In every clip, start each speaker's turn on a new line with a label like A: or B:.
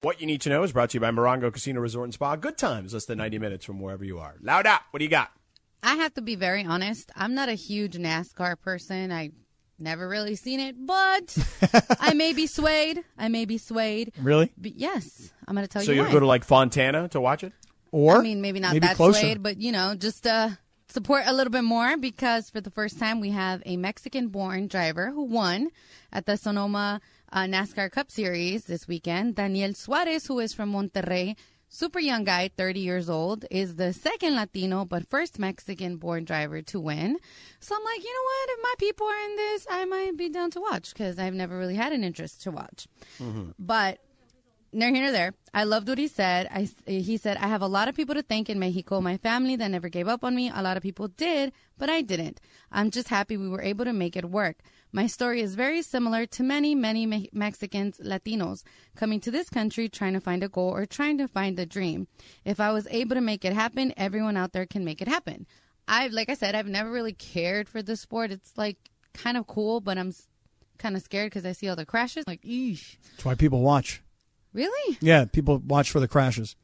A: What you need to know is brought to you by Morongo Casino Resort and Spa. Good times, less than 90 minutes from wherever you are. Loud up. What do you got?
B: I have to be very honest. I'm not a huge NASCAR person. I never really seen it, but I may be swayed. I may be swayed.
C: Really?
B: But yes, I'm going to tell
A: so
B: Oh, you.
A: you'll
B: why.
A: go to like Fontana to watch it?
C: Or
B: I mean, maybe not that
C: closer.
B: swayed, but you know, just uh, support a little bit more because for the first time we have a Mexican-born driver who won at the Sonoma uh, NASCAR Cup Series this weekend. Daniel Suarez, who is from Monterrey, super young guy, 30 years old, is the second Latino but first Mexican-born driver to win. So I'm like, you know what? If my people are in this, I might be down to watch because I've never really had an interest to watch.
C: Mm-hmm.
B: But near here nor there. I loved what he said. I, he said, I have a lot of people to thank in Mexico, my family that never gave up on me. A lot of people did, but I didn't. I'm just happy we were able to make it work. My story is very similar to many, many Me- Mexicans, Latinos coming to this country trying to find a goal or trying to find a dream. If I was able to make it happen, everyone out there can make it happen. I've, like I said, I've never really cared for this sport. It's like kind of cool, but I'm kind of scared because I see all the crashes. Like, eesh.
C: that's why people watch.
B: Really?
C: Yeah, people watch for the crashes.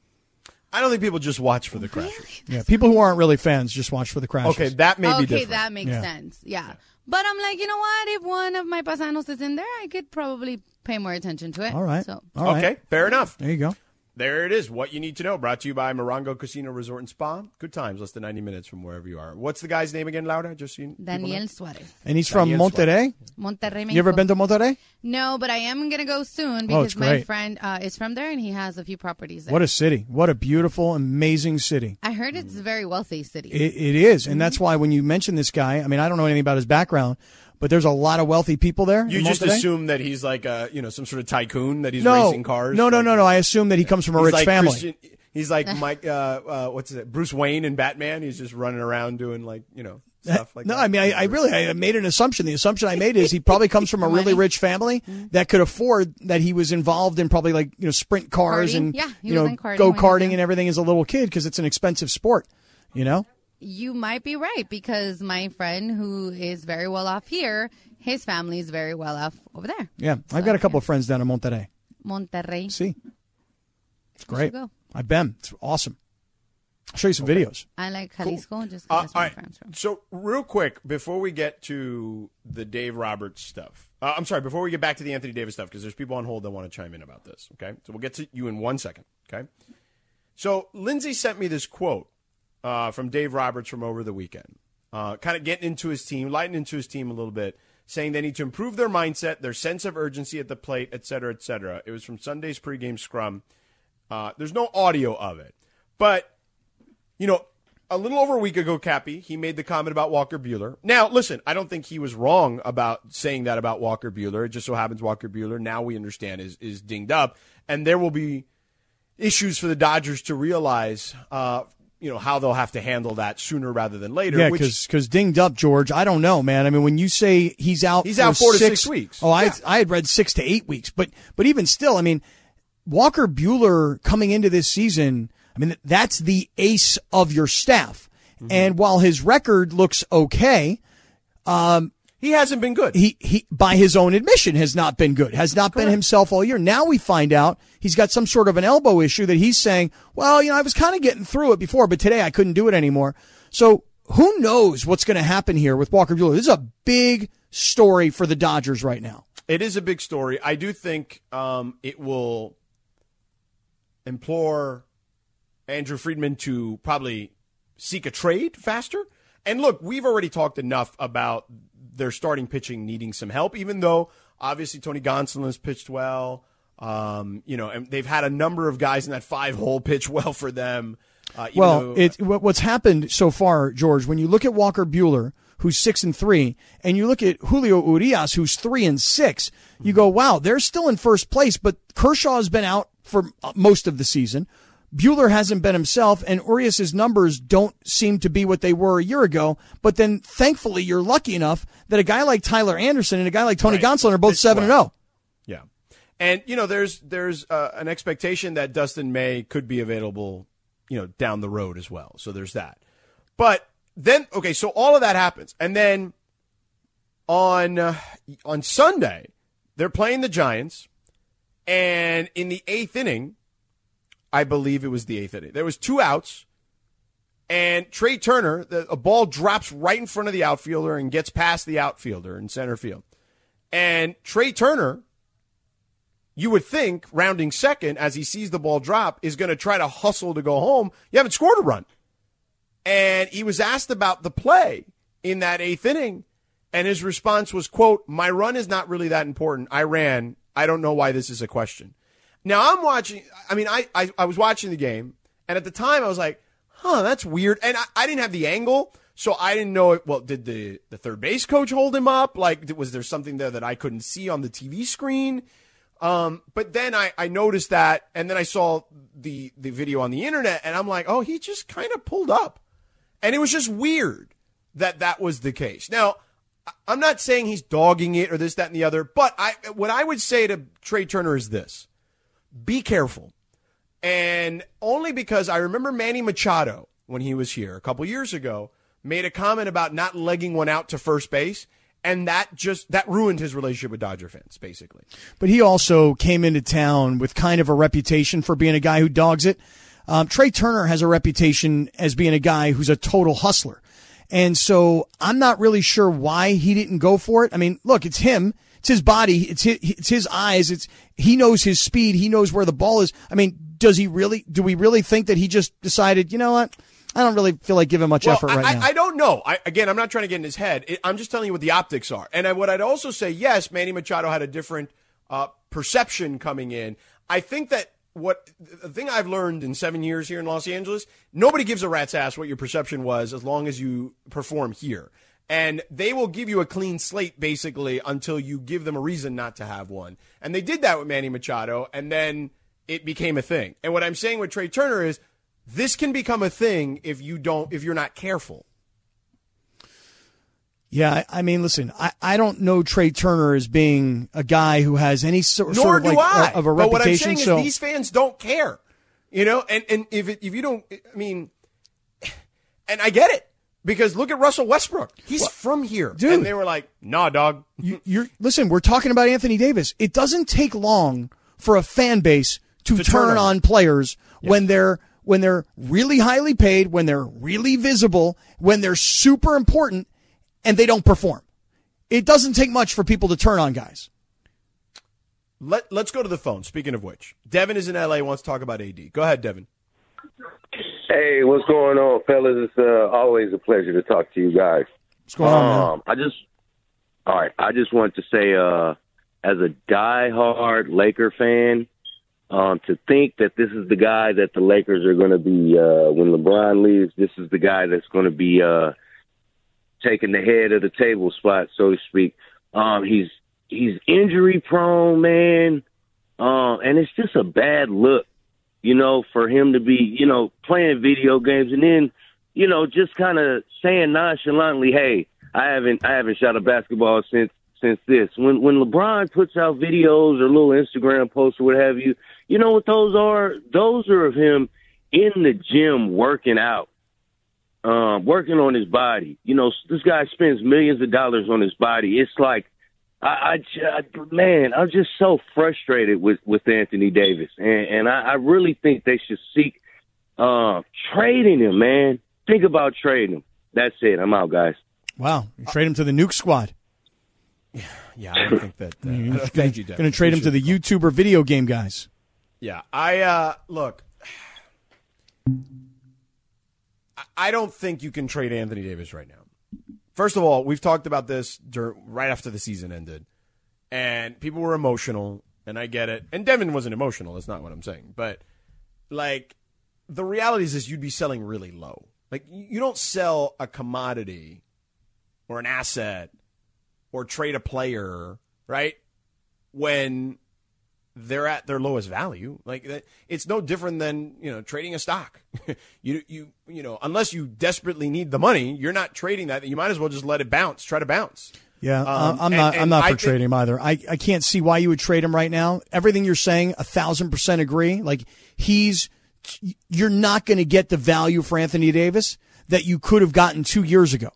A: I don't think people just watch for the crashes.
C: Yeah, people who aren't really fans just watch for the crashes.
A: Okay, that may be
B: okay,
A: different.
B: that makes
C: Yeah.
B: sense. Yeah. But I'm like, you know what? If one of my pasanos is in there, I could probably pay more attention to it.
C: all right,
B: So
C: all right.
A: Okay, fair enough.
C: there you go.
A: There it is. What you need to know. Brought to you by Morongo Casino Resort and Spa. Good times, less than 90 minutes from wherever you are. What's the guy's name again, Laura? Just so you people know?
B: Daniel Suarez,
C: And he's from
A: Daniel
C: Monterrey.
B: Monterrey.
C: You ever
B: Mexico.
C: been to Monterrey?
B: No, but I am gonna go soon
C: Oh,
B: because
C: it's
B: my
C: great.
B: friend uh, is from there and he has a few properties there.
C: What a city! What a beautiful, amazing city.
B: I heard it's a very wealthy city.
C: It, it is, and
B: Mm-hmm.
C: that's why when you mention this guy, I mean, I don't know anything about his background, but there's a lot of wealthy people there.
A: You
C: in
A: just
C: Monterrey.
A: assume that he's like a, you know, some sort of tycoon that he's
C: no,
A: racing cars.
C: No, no,
A: like-
C: no, no. I assume that he comes from a
A: He's
C: rich
A: like
C: family.
A: Christian- he's like Mike, uh, uh, what's it? Bruce Wayne and Batman. He's just running around doing like, you know, stuff like
C: no,
A: that.
C: I mean, I, I really I made an assumption. The assumption I made is he probably comes from a really rich family
B: Mm-hmm.
C: that could afford that he was involved in probably like you know sprint cars
B: Karting.
C: and
B: Yeah, he
C: you
B: was
C: know
B: in karting when he
C: go
B: was
C: karting
B: young.
C: and everything as a little kid because it's an expensive sport. You know,
B: You might be right because my friend who is very well off here, his family is very well off over there.
C: yeah. I've got a couple of friends down in Monterrey.
B: Monterrey.
C: See, it's great.
B: go.
C: I've been. It's awesome. I'll show you some videos.
B: I like Jalisco just 'cause
A: Uh, all
B: that's where my
A: right.
B: friend's from.
A: So real quick before we get to the Dave Roberts stuff, uh, I'm sorry. Before we get back to the Anthony Davis stuff, because there's people on hold that want to chime in about this. Okay, so we'll get to you in one second. Okay. So Lindsay sent me this quote uh, from Dave Roberts from over the weekend, uh, kind of getting into his team, lighting into his team a little bit, saying they need to improve their mindset, their sense of urgency at the plate, et cetera, et cetera. It was from Sunday's pregame scrum. Uh, there's no audio of it, but you know, a little over a week ago, Cappy, he made the comment about Walker Bueller. Now, listen, I don't think he was wrong about saying that about Walker Bueller. It just so happens Walker Bueller, now we understand, is, is dinged up. And there will be issues for the Dodgers to realize, uh, you know, how they'll have to handle that sooner rather than later.
C: Yeah,
A: which-
C: because dinged up George. I don't know, man. I mean, when you say he's out,
A: He's
C: for
A: out four to six weeks.
C: Oh,
A: Yeah.
C: I I had read six to eight weeks, but but even still, I mean, Walker Bueller coming into this season, I mean, that's the ace of your staff.
A: Mm-hmm.
C: And while his record looks okay,
A: he hasn't been good.
C: he, he by his own admission has not been good, has not been himself all year. Now we find out he's got some sort of an elbow issue that he's saying, well, you know, I was kind of getting through it before, but today I couldn't do it anymore. So who knows what's going to happen here with Walker Bueller? This is a big story for the Dodgers right now.
A: It is a big story. I do think um, it will implore Andrew Friedman to probably seek a trade faster. And look, we've already talked enough about their starting pitching needing some help, even though obviously Tony Gonsolin's pitched well. Um, you know, and they've had a number of guys in that five hole pitch well for them. Uh, even
C: Well,
A: though-
C: it, what- what's happened so far, George, when you look at Walker Bueller, who's six and three, and you look at Julio Urias, who's three and six, you go, wow, they're still in first place, but Kershaw's been out for uh, most of the season. Bueller hasn't been himself, and Urias's numbers don't seem to be what they were a year ago. But then, thankfully, you're lucky enough that a guy like Tyler Anderson and a guy like Tony
A: Right.
C: Gonsolin are both
A: It's-
C: seven and oh.
A: well,
C: zero.
A: Yeah, and you know, there's there's uh, an expectation that Dustin May could be available, you know, down the road as well. So there's that. But then, okay, so all of that happens, and then on uh, on Sunday they're playing the Giants, and in the eighth inning, I believe it was the eighth inning, there was two outs. And Trey Turner, the, a ball drops right in front of the outfielder and gets past the outfielder in center field. And Trey Turner, you would think, rounding second as he sees the ball drop, is going to try to hustle to go home. You haven't scored a run. And he was asked about the play in that eighth inning. And his response was, quote, my run is not really that important. I ran. I don't know why this is a question. Now I'm watching. I mean, I, I, I was watching the game and at the time I was like, huh, that's weird. And I, I didn't have the angle. So I didn't know it. Well, did the, the third base coach hold him up? Like, was there something there that I couldn't see on the TV screen? Um, but then I, I noticed that, and then I saw the the video on the internet, and I'm like, oh, he just kind of pulled up, and it was just weird that that was the case. Now, I- I'm not saying he's dogging it or this, that, and the other, but I what I would say to Trey Turner is this: be careful, and only because I remember Manny Machado when he was here a couple years ago made a comment about not legging one out to first base. And that just that ruined his relationship with Dodger fans, basically.
C: but he also came into town with kind of a reputation for being a guy who dogs it. Um, Trey Turner has a reputation as being a guy who's a total hustler. And so I'm not really sure why he didn't go for it. I mean, look, it's him. It's his body. It's his, it's his eyes. It's, he knows his speed. He knows where the ball is. I mean, does he really, do we really think that he just decided, you know what? I don't really feel like giving much effort
A: I,
C: right
A: I,
C: now.
A: I don't know. I, again, I'm not trying to get in his head. It, I'm just telling you what the optics are. And I, what I'd also say, yes, Manny Machado had a different uh, perception coming in. I think that what the thing I've learned in seven years here in Los Angeles, nobody gives a rat's ass what your perception was as long as you perform here. And they will give you a clean slate basically until you give them a reason not to have one. And they did that with Manny Machado, and then it became a thing. And what I'm saying with Trey Turner is this can become a thing if you don't if you're not careful
C: Yeah, I, I mean, listen, I, I don't know Trey Turner as being a guy who has any so,
A: nor
C: sort of
A: do
C: like
A: i
C: a- of a
A: but
C: reputation.
A: what i'm saying
C: so
A: is these fans don't care you know and and if it, if you don't i mean and i get it because look at russell westbrook he's from here
C: dude.
A: and they were like nah dog
C: you, you're listen. We're talking about Anthony Davis. It doesn't take long for a fan base to, turn,
A: turn on.
C: on players when they're when they're really highly paid, when they're really visible, when they're super important, and they don't perform. It doesn't take much for people to turn on guys.
A: Let, let's go to the phone speaking of which devin is in la wants to talk about ad go ahead devin
D: Hey, what's going on, fellas? It's uh, always a pleasure to talk to you guys.
C: What's going on,
A: Oh.
C: man?
D: um, I just, all right. I just want to say, uh, as a diehard Laker fan, um, to think that this is the guy that the Lakers are going to be uh, when LeBron leaves. This is the guy that's going to be uh, taking the head of the table spot, so to speak. Um, he's he's injury prone, man, um, and it's just a bad look, you know, for him to be, you know, playing video games and then, you know, just kind of saying nonchalantly, "Hey, I haven't I haven't shot a basketball since." Since this, when when LeBron puts out videos or little Instagram posts or what have you, you know what those are? Those are of him in the gym working out um, working on his body. You know, this guy spends millions of dollars on his body. It's like, I, I, ju- man, I'm just so frustrated with with Anthony Davis, and, and I, I really think they should seek uh, trading him, man. Think about trading him. That's it. I'm out, guys.
C: Wow, you trade him to the Nuke Squad.
A: yeah i don't think that uh, I don't- thank you devin
C: Going to Mm-hmm. trade him to the YouTuber video game guys.
A: Yeah, I uh look. I- I don't think you can trade Anthony Davis right now. First of all, we've talked about this dur- right after the season ended, and people were emotional, and I get it. And Devin wasn't emotional. That's not what I'm saying. But like, the reality is, is you'd be selling really low. Like, you you don't sell a commodity or an asset or trade a player, right? When they're at their lowest value. Like that, it's no different than you know trading a stock. you you you know unless you desperately need the money, you're not trading that. You might as well just let it bounce. Try to bounce.
C: Yeah,
A: Um,
C: I- I'm
A: and-
C: not. I'm
A: and
C: not
A: I
C: for
A: think-
C: trading him either. I, I can't see why you would trade him right now. Everything you're saying, a thousand percent agree. Like he's, you're not going to get the value for Anthony Davis that you could have gotten two years ago,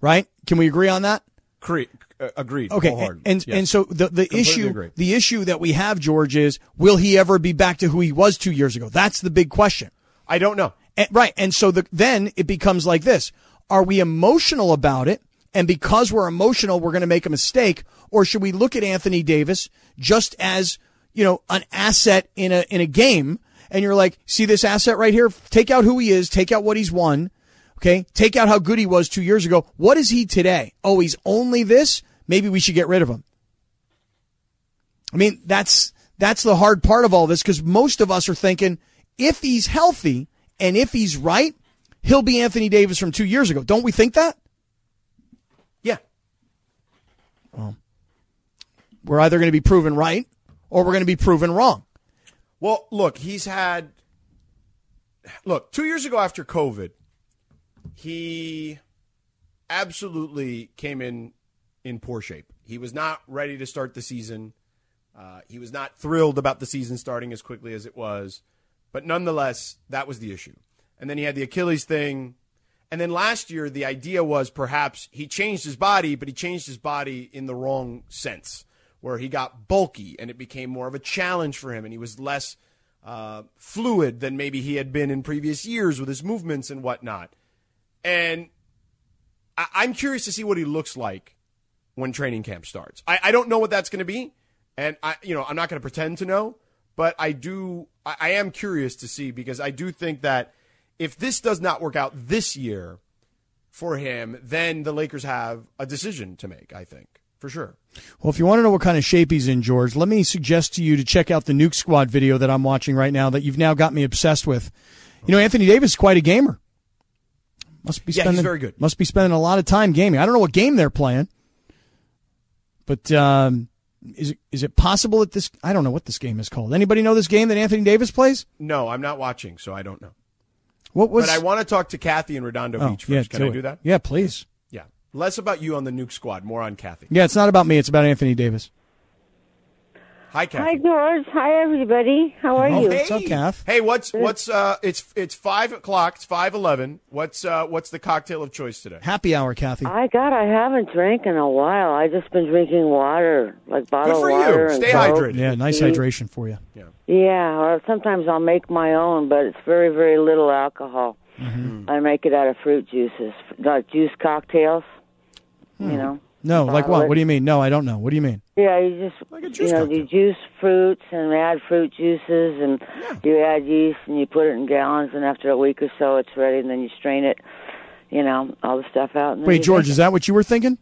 C: right? Can we agree on that?
A: Cre- uh, agreed.
C: Okay,
A: Wholehearted.
C: and
A: Yes.
C: and so the the issue
A: agree.
C: the issue that we have, George, is will he ever be back to who he was two years ago? That's the big question.
A: I don't know.
C: And, right. And so the, then it becomes like this. Are we emotional about it? And because we're emotional, we're going to make a mistake? Or should we look at Anthony Davis just as, you know, an asset in a, in a game? And you're like, see this asset right here? Take out who he is. Take out what he's won. Okay. Take out how good he was two years ago. What is he today? Oh, he's only this. Maybe we should get rid of him. I mean, that's that's the hard part of all this because most of us are thinking if he's healthy and if he's right, he'll be Anthony Davis from two years ago. Don't we think that?
A: Yeah.
C: We're either going to be proven right or we're going to be proven wrong.
A: Well, look, he's had. Look, two years ago after COVID, he absolutely came in in poor shape. He was not ready to start the season. Uh, he was not thrilled about the season starting as quickly as it was. But nonetheless, that was the issue. And then he had the Achilles thing. And then last year, the idea was perhaps he changed his body, but he changed his body in the wrong sense, where he got bulky and it became more of a challenge for him and he was less uh, fluid than maybe he had been in previous years with his movements and whatnot. And I- I'm curious to see what he looks like when training camp starts. I, I don't know what that's going to be, and I you know I'm not going to pretend to know, but I do I, I am curious to see because I do think that if this does not work out this year for him, then the Lakers have a decision to make. I think for sure.
C: Well, if you want to know what kind of shape he's in, George, let me suggest to you to check out the Nuke Squad video that I'm watching right now that you've now got me obsessed with. You know, Anthony Davis is quite a gamer. Must be
A: Yeah, he's
C: spending
A: very good.
C: Must be spending a lot of time gaming. I don't know what game they're playing, but um, is it, is it possible that this? I don't know what this game is called. Anybody know this game that Anthony Davis plays?
A: No, I'm not watching, so I don't know.
C: What was?
A: But I want to talk to Kathy and Redondo
C: oh,
A: Beach first.
C: yeah,
A: Can I
C: it.
A: do that?
C: Yeah, please.
A: Yeah. Less about you on the Nuke Squad, more on Kathy.
C: Yeah, it's not about me. It's about Anthony Davis.
A: Hi,
E: Hi,
A: Kathy.
E: George. Hi, everybody. How are you?
C: What's up, Kath?
A: Hey, what's what's uh? It's it's five o'clock. It's five eleven. What's uh? What's the cocktail of choice today?
C: Happy hour, Kathy.
E: I God, I haven't drank in a while. I just been drinking water, like bottled
A: for you.
E: water. and
A: Stay
E: Coke.
A: hydrated.
C: Yeah, nice hydration for you.
E: Yeah, or sometimes I'll make my own, but it's very, very little alcohol.
A: Mm-hmm.
E: I make it out of fruit juices, like juice cocktails.
A: Hmm.
E: You know.
C: No, like
E: Bottle
C: what?
E: it.
C: What do you mean? No, I don't know. What do you mean?
E: Yeah, you just
A: Like a juice
E: you know
A: cocktail.
E: you juice fruits and add fruit juices and you add yeast and you put it in gallons and after a week or so it's ready and then you strain it, you know all the stuff out. And then
C: Wait,
E: you
C: George,
E: drink
C: is that what you were thinking?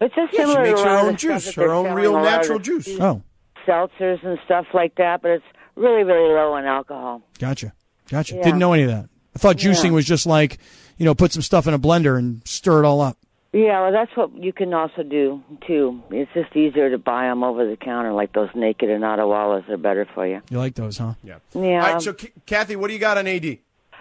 E: it. it's just
A: Yeah, she
E: similar
A: makes
E: to
A: her
E: a lot of
A: own
E: the stuff
A: juice,
E: that
A: her
E: they're
A: own
E: selling,
A: real
E: a lot of
A: natural
E: the
A: juice.
C: Oh,
E: seltzers and stuff like that, but it's really really low in alcohol.
C: gotcha. Gotcha.
E: Yeah.
C: Didn't know any of that. I thought juicing
E: Yeah.
C: was just like, you know, put some stuff in a blender and stir it all up.
E: Yeah, well, that's what you can also do too. It's just easier to buy them over the counter, like those naked and Ottawalas are better for you.
C: You like those, huh?
A: Yeah.
E: Yeah.
A: All right. So, K- Kathy, what do you got on AD?
E: AD,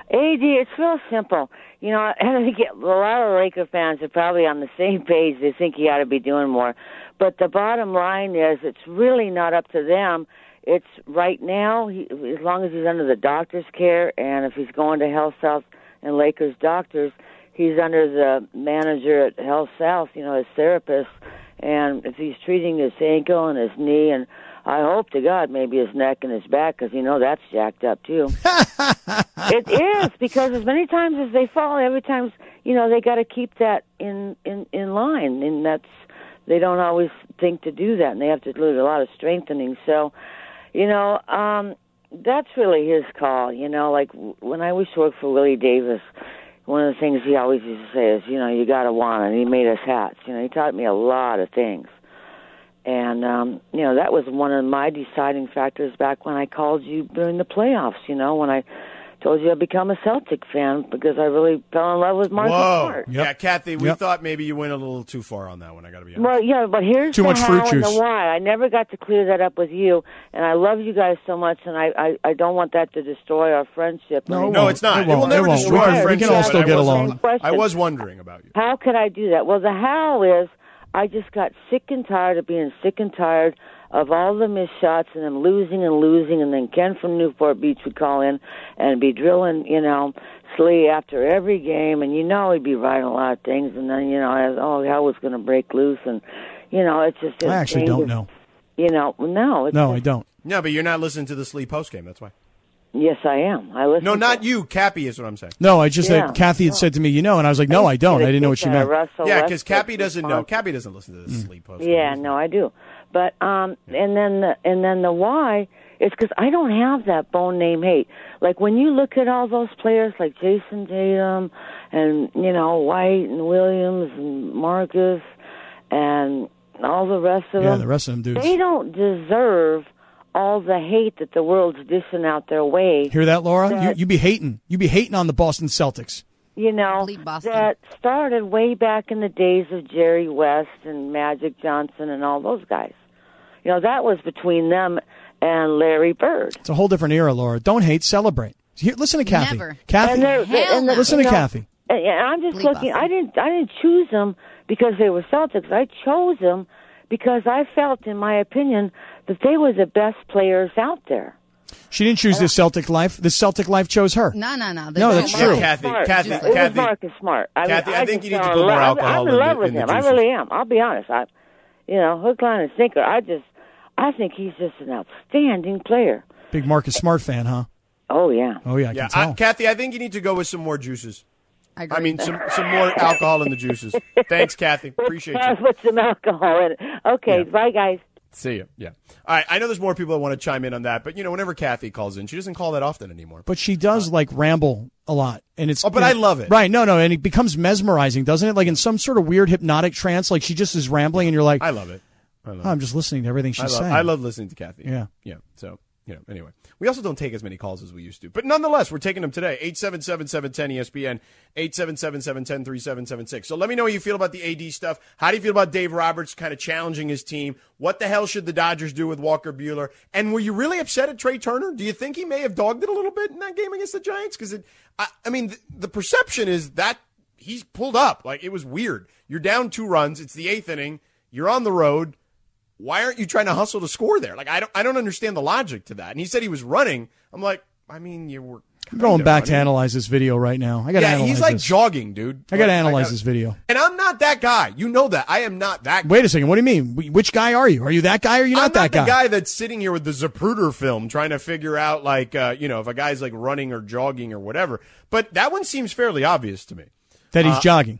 E: it's real simple. You know, and I think a lot of Laker fans are probably on the same page. They think he ought to be doing more. But the bottom line is it's really not up to them. It's right now, he, as long as he's under the doctor's care and if he's going to Health South and Lakers doctors, he's under the manager at Health South, you know, his therapist. And if he's treating his ankle and his knee and I hope to God maybe his neck and his back because you know that's jacked up too. It is because as many times as they fall, every time you know they got to keep that in in in line, and that's they don't always think to do that, and they have to do a lot of strengthening. So, you know, um, that's really his call. You know, like w- when I used to work for Willie Davis, one of the things he always used to say is, you know, you got to want, it. and he made us hats. You know, he taught me a lot of things. And um, you know that was one of my deciding factors back when I called you during the playoffs. You know when I told you I become a Celtic fan because I really fell in love with Marcus
A: Whoa.
E: Smart.
A: Yeah, Kathy, we
C: Yep.
A: thought maybe you went a little too far on that one. I got to be honest.
E: Well, yeah, but here's
C: Too
E: the
C: much
E: how
C: fruit
E: and
C: juice.
E: the why. I never got to clear that up with you, and I love you guys so much, and I I, I don't want that to destroy our friendship.
C: No,
E: I mean,
C: it
A: no, it's not.
C: It
A: It,
C: won't.
A: will never
C: It won't.
A: destroy
E: We can-
A: our
E: we can
A: friendship,
E: all
A: but
E: still
A: I
E: get
A: was-
E: along.
A: I was wondering about you.
E: How could I do that? Well, the how is I just got sick and tired of being sick and tired of all the missed shots and them losing and losing. And then Ken from Newport Beach would call in and be drilling, you know, Slee after every game. And you know, he'd be writing a lot of things. And then, you know, I was, oh, hell was going to break loose. And, you know, it's just.
C: I actually don't know.
E: You know, no. It's
C: No, I don't.
A: No, but you're not listening to the Slee post game. That's why.
E: Yes, I am. I listen.
A: No,
E: to
A: not you. Cappy is what I'm saying.
C: No, I just
E: Yeah.
C: Kathy had said to me, you know, and I was like, no, I don't. I didn't know what she meant.
E: Russell
A: Yeah, because
E: Westbrook
A: Cappy doesn't know.
E: response.
A: Cappy doesn't listen to the
C: Mm.
A: Slee post.
E: Yeah, no, I do. But um and then the and then the why is because I don't have that bone name hate. Like when you look at all those players like Jason Tatum and you know White and Williams and Marcus and all the rest of
C: Yeah,
E: them.
C: the rest of them dudes.
E: They don't deserve all the hate that the world's dishing out their way.
C: Hear that, Laura? You, you be hating. You be hating on the Boston Celtics.
E: you know,
B: Bleep Boston.
E: that started way back in the days of Jerry West and Magic Johnson and all those guys. You know, that was between them and Larry Bird.
C: It's a whole different era, Laura. Don't hate, celebrate. Here, listen to Kathy.
B: Never.
C: Kathy,
E: And they're-
B: Hell
E: and they're-
B: no.
C: listen to
E: you know,
C: Kathy.
E: And, and I'm just
B: Bleep
E: looking.
B: Boston.
E: I didn't. I didn't choose them because they were Celtics. I chose them because I felt, in my opinion, that they were the best players out there.
C: She didn't choose this Celtic life. This Celtic life chose her.
B: No, no, no.
C: No, that's
A: Yeah,
C: true.
A: Kathy,
E: Smart.
A: Kathy,
E: it
A: Kathy.
E: was Marcus Smart. I, mean,
A: Kathy, I think
E: just
A: you need to
E: fell in
A: put more
E: love-
A: alcohol
E: I'm, I'm
A: in
E: in
A: the-
E: love with
A: in the
E: him. I
A: juices.
E: really am. I'll be honest. I, you know, hook, line, and sinker. I just, I think he's just an outstanding player.
C: Big Marcus Smart fan, huh?
E: Oh yeah.
C: Oh yeah, I
A: Yeah,
C: can tell.
A: I, Kathy, I think you need to go with some more juices.
B: I, agree.
A: I mean, some some more alcohol in the juices. Thanks, Kathy. Appreciate you.
E: Plus, with some alcohol in it. Okay, bye guys.
A: See you. Yeah. All right. I know there's more people that want to chime in on that, but you know, whenever Kathy calls in, she doesn't call that often anymore.
C: but she does like ramble a lot, and it's.
A: Oh, but
C: you know-
A: I love it.
C: Right? No, no, and it becomes mesmerizing, doesn't it? Like in some sort of weird hypnotic trance, like she just is rambling, and you're like,
A: I
C: oh,
A: love it. I love. it.
C: I'm just listening to everything she's
A: I love,
C: saying.
A: I love listening to Kathy.
C: Yeah.
A: Yeah. So, you know, anyway. We also don't take as many calls as we used to. But nonetheless, we're taking them today. 877-710-ESPN, 877-710-3776. So let me know how you feel about the AD stuff. How do you feel about Dave Roberts kind of challenging his team? What the hell should the Dodgers do with Walker Bueller? And were you really upset at Trey Turner? Do you think he may have dogged it a little bit in that game against the Giants? Because, I, I mean, the, the perception is that he's pulled up. Like, it was weird. You're down two runs. It's the eighth inning. You're on the road why aren't you trying to hustle to score there? Like I don't I don't understand the logic to that. And he said he was running. I'm like, I mean, you were
C: I'm going back to
A: running.
C: analyze this video right now. I got to
A: Yeah,
C: analyze
A: he's like
C: this.
A: jogging, dude.
C: I got to
A: Like,
C: analyze
A: gotta-
C: this video.
A: And I'm not that guy. You know that. I am not that guy.
C: Wait a second. What do you mean? Wh- Which guy are you? Are you that guy or are you
A: I'm
C: not that
A: not the guy that's sitting here with the Zapruder film trying to figure out like uh, you know, if a guy's like running or jogging or whatever. But that one seems fairly obvious to me.
C: That
A: Uh-huh.
C: he's jogging.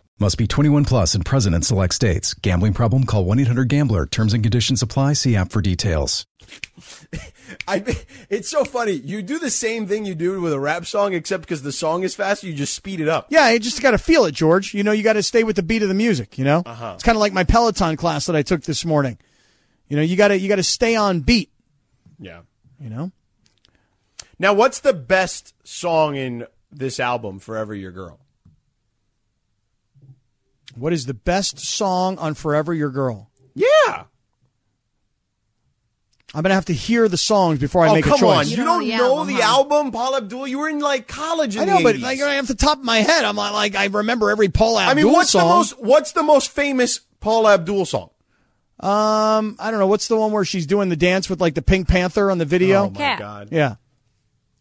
F: Must be 21 plus and present in select states. Gambling problem? Call 1 800 Gambler. Terms and conditions apply. See app for details.
A: I, it's so funny. You do the same thing you do with a rap song, except because the song is fast, you just speed it up.
C: Yeah, you just got to feel it, George. You know, you got to stay with the beat of the music. You know, uh-huh. it's kind of like my Peloton class that I took this morning. You know, you got to you got to stay on beat.
A: Yeah.
C: You know,
A: Now, what's the best song in this album, Forever Your Girl?
C: what is the best song on Forever Your Girl?
A: Yeah.
C: I'm gonna have to hear the songs before I
A: oh,
C: make
A: come
C: a choice.
A: on. You,
B: You don't
A: don't
B: know the
A: know
B: album,
A: the
B: huh?
A: album, Paul Abdul? You were in like college in
C: I know,
A: the
C: but
A: 80s.
C: like off the top of my head, I'm not like I remember every Paul Abdul
A: I mean, what's
C: song.
A: the most what's the most famous Paul Abdul song?
C: um, I don't know. What's the one where she's doing the dance with like the Pink Panther on the video?
A: Oh my
G: Cat.
A: god.
C: Yeah.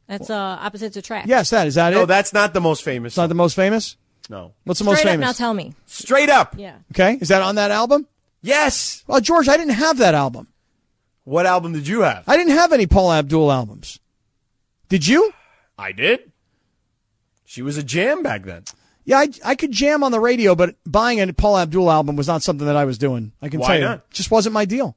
G: That's uh, opposites attract.
C: Yes, that is that
A: No,
C: it.
A: that's not the most famous.
C: It's not the most famous.
A: no.
C: What's the most
G: Straight up,
C: famous?
G: now tell me.
A: Straight up.
G: Yeah.
C: okay, is that on that album?
A: Yes.
C: Well, George, I didn't have that album.
A: What album did you have?
C: I didn't have any Paul Abdul albums. Did you?
A: I did. She was a jam back then.
C: Yeah, I, I could jam on the radio, but buying a Paul Abdul album was not something that I was doing. I can
A: Why
C: tell you,
A: not?
C: just wasn't my deal.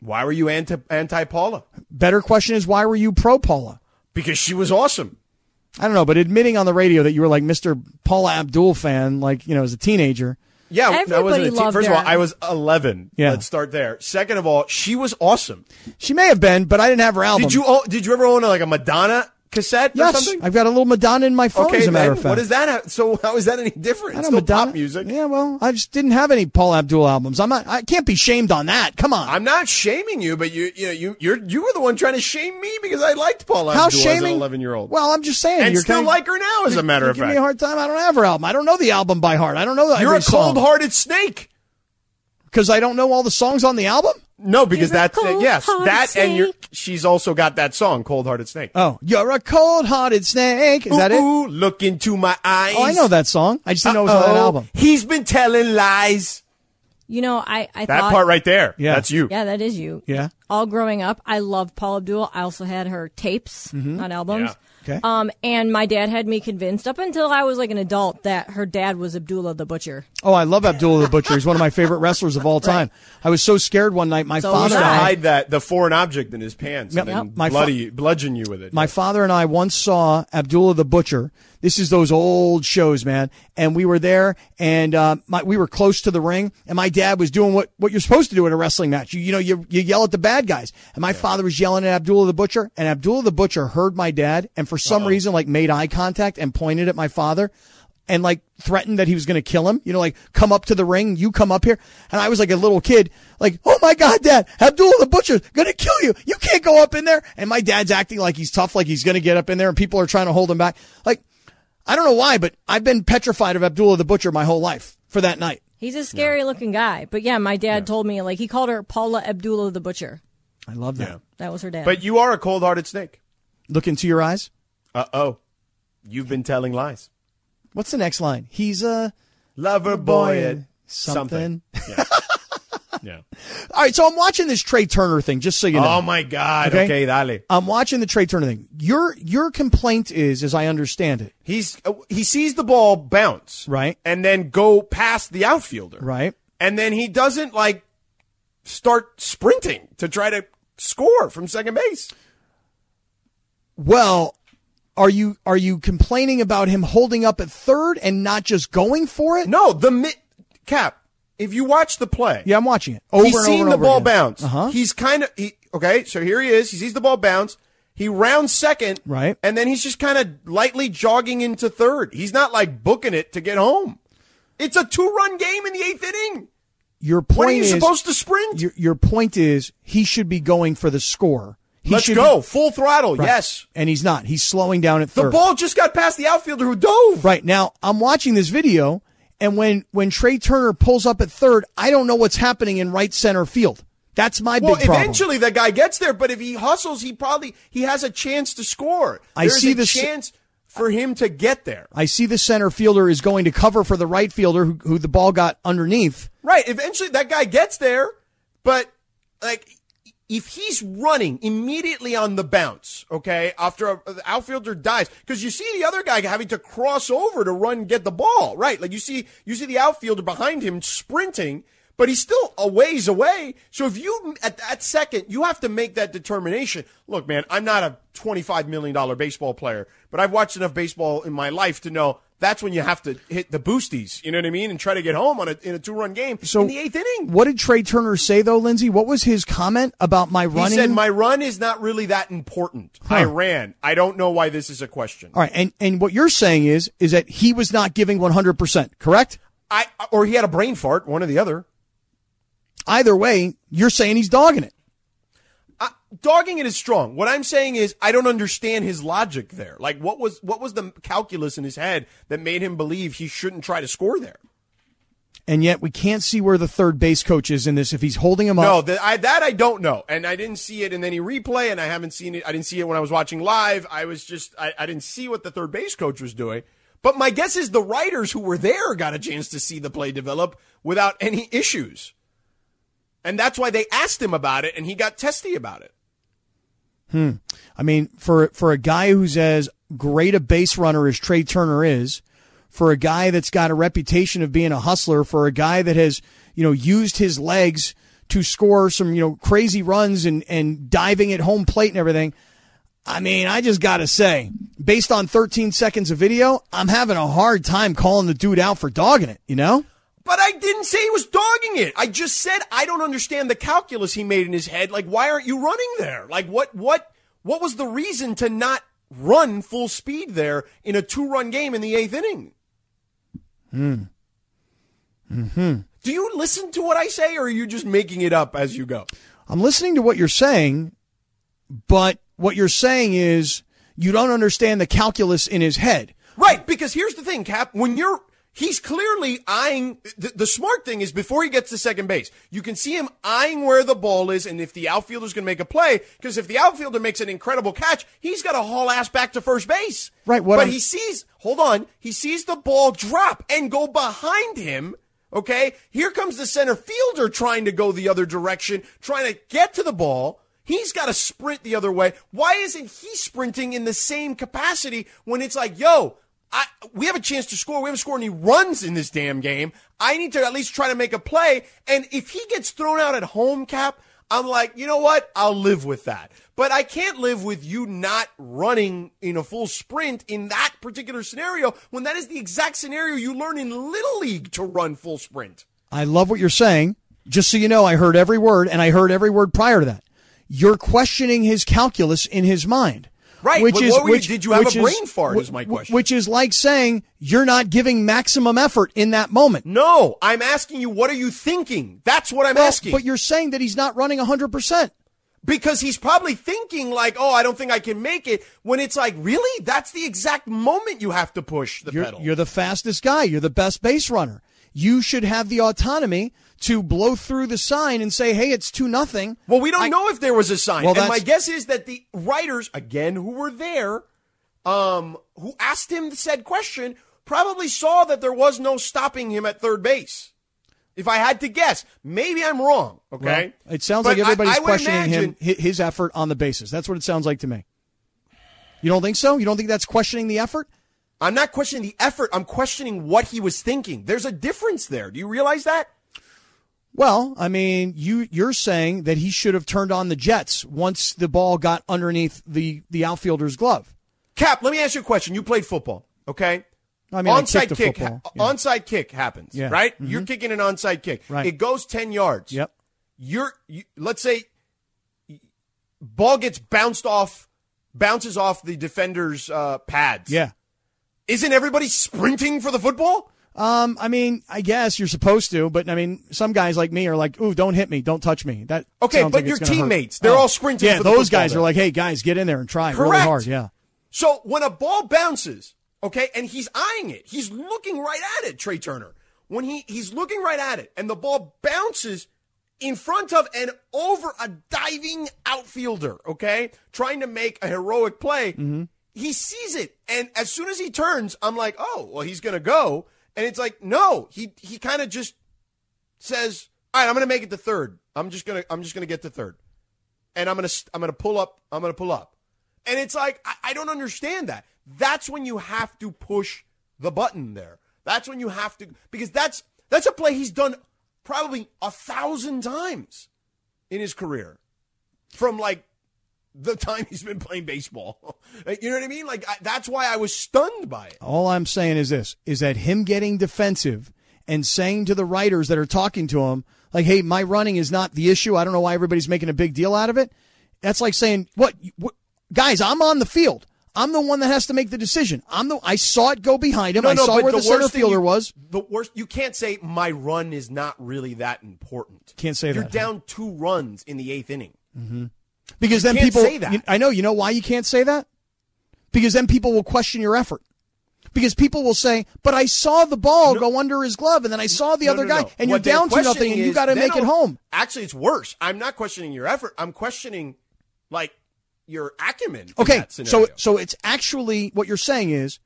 A: Why were you anti anti Paula?
C: Better question is why were you pro Paula?
A: Because she was awesome.
C: I don't know, but admitting on the radio that you were like Mr. Paula Abdul fan, like you know, as a teenager.
A: Yeah, I wasn't
G: Everybody
A: a teen-
G: loved
A: First
G: her.
A: of all, I was 11.
C: Yeah.
A: Let's start there. Second of all, she was awesome.
C: She may have been, but I didn't have her album.
A: Did you o- did you ever own like a Madonna cassette or
C: Yes,
A: something?
C: I've got a little Madonna in my phone.
A: okay,
C: as a matter
A: then,
C: of fact,
A: what is that? ha- So how is that any different?
C: I
A: It's
C: know
A: still
C: Madonna
A: pop music.
C: Yeah, well, I just didn't have any Paul Abdul albums. I'm not. I can't be shamed on that. Come on.
A: I'm not shaming you, but you you know, you you're, you were the one trying to shame me because I liked Paula
C: How
A: Abdul as an
C: shaming?
A: 11 year old.
C: Well, I'm just saying.
A: and
C: you're
A: still
C: kinda-
A: like her now, as a matter
C: you
A: of
C: give me
A: fact.
C: a hard time. I don't have her album. I don't know the album by heart. I don't know.
A: You're a cold hearted snake.
C: because I don't know all the songs on the album.
A: No, because
G: You're a
A: that's it. yes,
G: cold-hearted
A: that and you're,
G: snake.
A: she's also got that song, Cold Hearted Snake.
C: Oh, you're a cold hearted snake. Is
A: ooh,
C: that it?
A: Ooh, look into my eyes.
C: Oh, I know that song. I just didn't know it was on
A: Uh-oh,
C: that album.
A: He's been telling lies.
G: You know, I, I
A: That
G: thought,
A: part right there.
C: Yeah.
A: That's you.
G: Yeah, that is you.
C: Yeah.
G: All growing up, I loved Paul Abdul. I also had her tapes,
A: Mm-hmm.
G: not albums.
C: Okay.
G: Um, and my dad had me convinced up until I was like an adult that her dad was Abdullah the Butcher.
C: Oh, I love Abdullah the Butcher. He's one of my favorite wrestlers of all time. I was so scared one night. My
G: So
A: He
C: father
A: used
G: was
A: to
C: and
G: I.
C: I,
A: hide that the foreign object in his pants
C: Yep.
A: and then
C: Yep. My fa-
A: bloody bludgeon you with it.
C: my father and I once saw Abdullah the Butcher. This is those old shows, man. And we were there, and uh, my, we were close to the ring. And my dad was doing what, what you're supposed to do in a wrestling match. You, you know, you you yell at the bad guys. And my father was yelling at Abdullah the Butcher, and Abdullah the Butcher heard my dad, and for some reason, like made eye contact and pointed at my father. and like threatened that he was going to kill him. You know, like come up to the ring, you come up here. And I was like a little kid, like, oh my God, dad, Abdullah the butcher's going to kill you. You can't go up in there. And my dad's acting like he's tough, like he's going to get up in there and people are trying to hold him back. Like, I don't know why, but I've been petrified of Abdullah the butcher my whole life for that night.
G: He's a scary looking guy. But yeah, my dad told me, like, he called her Paula Abdullah the Butcher.
C: I love that.
G: That was her dad.
A: but you are a cold hearted snake.
C: Look into your eyes.
A: Uh oh. You've been telling lies.
C: What's the next line? He's a
A: Lover boy at something.
C: something.
A: Yeah.
C: All right. So I'm watching this Trey Turner thing, just so you know.
A: Oh my God. Okay,
C: Okay.
A: dale.
C: I'm watching the Trey Turner thing. Your, your complaint is, as I understand it,
A: He's uh, he sees the ball bounce
C: Right.
A: and then go past the outfielder
C: right?
A: and then he doesn't like start sprinting to try to score from second base.
C: Well, are you are you complaining about him holding up at third and not just going for it?
A: No, the mi- cap. If you watch the play,
C: Yeah, I'm watching it. Over
A: he's
C: and
A: seen
C: over and
A: the
C: over
A: ball
C: again.
A: bounce.
C: Uh-huh.
A: He's kind of he, okay. So here he is. He sees the ball bounce. He rounds second,
C: Right.
A: and then he's just kind of lightly jogging into third. He's not like booking it to get home. It's a two-run game in the eighth inning.
C: Your
A: When
C: point
A: are you
C: is
A: supposed to sprint?
C: your, your point is he should be going for the score. He
A: Let's
C: should
A: go
C: be-
A: full throttle.
C: Right.
A: Yes,
C: And he's not. He's slowing down at
A: the
C: third.
A: ball just got past the outfielder who dove.
C: Right now, I'm watching this video, and when when Trey Turner pulls up at third, I don't know what's happening in right center field. That's my
A: Well,
C: big problem.
A: eventually that guy gets there, but if he hustles, he probably he has a chance to score.
C: I
A: There's
C: see
A: a
C: the s-
A: chance for him to get there.
C: I see the center fielder is going to cover for the right fielder who, who the ball got underneath.
A: Right. Eventually that guy gets there, but like if he's running immediately on the bounce, okay, after a, the outfielder dies, because you see the other guy having to cross over to run and get the ball, right? Like you see, you see the outfielder behind him sprinting, but he's still a ways away. So if you at that second, you have to make that determination. Look, man, I'm not a 25 million dollar baseball player, but I've watched enough baseball in my life to know. That's when you have to hit the boosties, you know what I mean, and try to get home on a, in a two-run game
C: So
A: in the eighth inning.
C: What did Trey Turner say though, Lindsay? What was his comment about my
A: He
C: running?
A: said, "My run is not really that important. I ran. I don't know why this is a question.
C: All right, and and what you're saying is is that he was not giving 100, percent correct?
A: I or he had a brain fart, one or the other.
C: Either way, you're saying he's dogging it.
A: I, dogging it is strong. What I'm saying is, I don't understand his logic there. Like, what was what was the calculus in his head that made him believe he shouldn't try to score there?
C: And yet we can't see where the third base coach is in this if he's holding him
A: No,
C: up.
A: that I that I don't know, and I didn't see it in any replay, and I haven't seen it. I didn't see it when I was watching live. I was just I, I didn't see what the third base coach was doing. But my guess is the writers who were there got a chance to see the play develop without any issues, and that's why they asked him about it, and he got testy about it.
C: I mean, for for a guy who says great a base runner as Trey Turner is, for a guy that's got a reputation of being a hustler, for a guy that has, you know, used his legs to score some, you know, crazy runs and, and diving at home plate and everything. I mean, I just got to say, based on 13 seconds of video, I'm having a hard time calling the dude out for dogging it, you know?
A: But I didn't say he was dogging it. I just said I don't understand the calculus he made in his head. Like, why aren't you running there? Like, what, what, what was the reason to not run full speed there in a two-run game in the eighth inning?
C: Hmm. hmm
A: Do you listen to what I say, or are you just making it up as you go?
C: I'm listening to what you're saying, but what you're saying is you don't understand the calculus in his head.
A: Right, because here's the thing, Cap. When you're he's clearly eyeing the, the smart thing is before he gets to second base you can see him eyeing where the ball is and if the outfielder's going to make a play because if the outfielder makes an incredible catch he's got to haul ass back to first base
C: Right, what
A: but
C: I'm-
A: he sees hold on he sees the ball drop and go behind him okay here comes the center fielder trying to go the other direction trying to get to the ball He's got to sprint the other way. Why isn't he sprinting in the same capacity when it's like, yo, I, we have a chance to score. We haven't scored any runs in this damn game. I need to at least try to make a play. And if he gets thrown out at home, Cap, I'm like, you know what? I'll live with that. But I can't live with you not running in a full sprint in that particular scenario when that is the exact scenario you learn in Little League to run full sprint.
C: I love what you're saying. Just so you know, I heard every word and I heard every word prior to that. You're questioning his calculus in his mind.
A: Right,
C: Which
A: but
C: is
A: what were you-
C: which,
A: did you have
C: which
A: a
C: is-
A: brain fart is
C: wh-
A: my
C: wh-
A: question.
C: Which is like saying you're not giving maximum effort in that moment.
A: No, I'm asking you, what are you thinking? That's what I'm
C: Well,
A: asking.
C: But you're saying that he's not running 100%.
A: because he's probably thinking like, "Oh, I don't think I can make it." When it's like, really, that's the exact moment you have to push the
C: you're,
A: pedal.
C: you're the fastest guy. You're the best base runner. You should have the autonomy to blow through the sign and say, hey, it's 2 nothing.
A: well, we don't know if there was a sign,
C: Well,
A: and my
C: that's-
A: guess is that the writers, again, who were there, um, who asked him the said question, probably saw that there was no stopping him at third base. If I had to guess, maybe I'm wrong. Okay,
C: Well, it sounds
A: But
C: like
A: I-
C: everybody's
A: I would
C: questioning him
A: imagine-
C: him his effort on the bases. That's what it sounds like to me. You don't think so? You don't think that's questioning the effort?
A: I'm not questioning the effort. I'm questioning what he was thinking. There's a difference there. Do you realize that?
C: Well, I mean, you you're saying that he should have turned on the jets once the ball got underneath the the outfielder's glove.
A: Cap, let me ask you a question. You played football, okay?
C: I mean, I
A: onside
C: kicked a
A: kick,
C: football, yeah.
A: onside kick happens,
C: Yeah. Mm-hmm.
A: right? You're kicking an onside kick.
C: Right.
A: It goes ten yards.
C: Yep.
A: You're, you, let's say, ball gets bounced off, bounces off the defender's uh, pads.
C: Yeah.
A: Isn't everybody sprinting for the football?
C: Um, I mean, I guess you're supposed to, but I mean, some guys like me are like, "Ooh, don't hit me, don't touch me." That
A: Okay,
C: sounds
A: but
C: like it's
A: your
C: gonna hurt. Oh.
A: teammates, they're all sprinting
C: Yeah,
A: for the
C: those
A: football
C: guys
A: there.
C: are like, "Hey, guys, get in there and try really
A: Correct.
C: hard." Yeah,
A: So when a ball bounces, okay, and he's eyeing it, he's looking right at it, Trey Turner. When he, he's looking right at it, and the ball bounces in front of and over a diving outfielder, okay, trying to make a heroic play, he sees it. And as soon as he turns, I'm like, oh, well, he's going to go. And it's like, no, he, he kind of just says, all right, I'm going to make it to third. I'm just going to, I'm just going to get to third and I'm gonna I'm gonna pull up. I'm gonna pull up, and it's like I, I don't understand that. That's when you have to push the button there. That's when you have to because that's that's a play he's done probably a thousand times in his career from like the time he's been playing baseball. you know what I mean? Like I, that's why I was stunned by it.
C: All I'm saying is this is that him getting defensive and saying to the writers that are talking to him, like, hey, my running is not the issue. I don't know why everybody's making a big deal out of it. That's like saying, what, what guys, I'm on the field. I'm the one that has to make the decision. I'm the I saw it go behind him. I saw where the, center
A: worst thing you-
C: fielder was.
A: The worst you can't say my run is not really that important.
C: Can't say
A: You're
C: that.
A: down two runs in the eighth inning.
C: Because then
A: can't
C: people
A: say that.
C: you- I know, you know why you can't say that? Because then people will question your effort. Because people will say, "But I saw the ball go under his glove, and then I saw the
A: No,
C: other
A: no,
C: guy,
A: no.
C: and
A: What
C: you're
A: they're
C: down to nothing,
A: questioning
C: and you
A: is
C: got to
A: they
C: make it
A: don't-
C: home."
A: Actually, it's worse. I'm not questioning your effort. I'm questioning like your acumen. in
C: Okay,
A: that
C: so
A: scenario.
C: so it's actually what you're saying is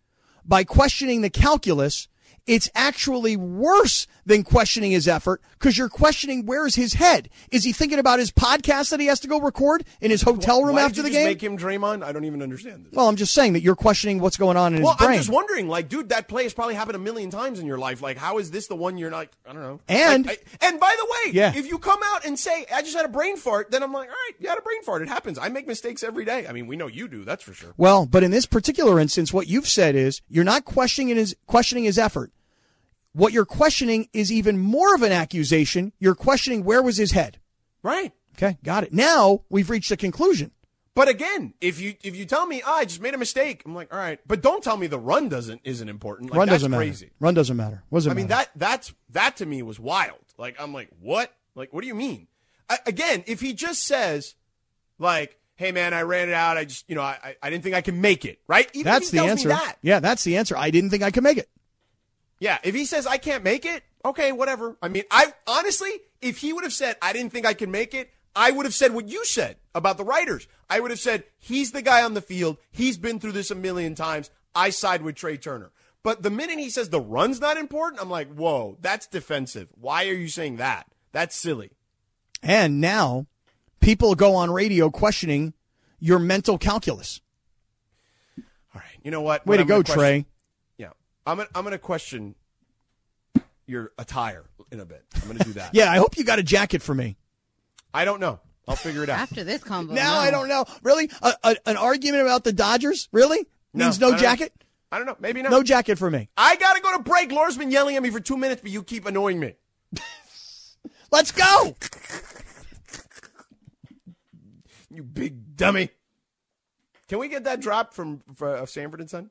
C: by questioning the calculus, It's actually worse than questioning his effort because you're questioning where's his head. Is he thinking about his podcast that he has to go record in his hotel room
A: Why did
C: after
A: you
C: the
A: just
C: game?
A: Make him Draymond. I don't even understand this.
C: well, I'm just saying that you're questioning what's going on in
A: Well,
C: his brain.
A: I'm just wondering, like, dude, that play has probably happened a million times in your life. Like, how is this the one you're like, I don't know.
C: And-
A: Like, I- and by the way,
C: Yeah.
A: if you come out and say I just had a brain fart, then I'm like, all right, you had a brain fart. It happens. I make mistakes every day. I mean, we know you do. That's for sure.
C: Well, but in this particular instance, what you've said is you're not questioning his questioning his effort. What you're questioning is even more of an accusation. You're questioning where was his head.
A: Right.
C: Okay, got it. Now we've reached a conclusion.
A: But again, if you if you tell me "Ah, I just made a mistake, I'm like, all right. But don't tell me the run doesn't isn't important. Like,
C: Run
A: that's
C: doesn't matter.
A: crazy.
C: Run doesn't matter. What does it
A: I mean
C: matter?
A: that that's that to me was wild. Like I'm like, what? Like what do you mean? I, again, if he just says, like, hey man, I ran it out. I just you know I I- I didn't think I can make it. Right? Even if
C: that's
A: he
C: the
A: tells me
C: answer.
A: that.
C: Yeah, that's the answer. I didn't think I could make it.
A: Yeah. If he says I can't make it, okay, whatever. I mean, I honestly, if he would have said I didn't think I can make it. I would have said what you said about the writers. I would have said he's the guy on the field. He's been through this a million times. I side with Trey Turner. But the minute he says the run's not important, I'm like, whoa, that's defensive. Why are you saying that? That's silly.
C: And now people go on radio questioning your mental calculus.
A: All right. You know what?
C: Way
A: What
C: to
A: I'm
C: go,
A: gonna question-
C: Trey.
A: Yeah. I'm gonna, I'm going to question your attire in a bit. I'm going to do that.
C: Yeah, I hope you got a jacket for me.
A: I don't know. I'll figure it out.
B: After this combo.
C: now
B: no.
C: I don't know. Really? A, a, an argument about the Dodgers? Really? Means
A: I
C: no
A: don't-
C: jacket?
A: I don't know. Maybe not.
C: No jacket for me.
A: I got to go to break. Laura's been yelling at me for two minutes, but you keep annoying me.
C: Let's go.
A: You big dummy. Can we get that drop from, from uh, Sanford and Son?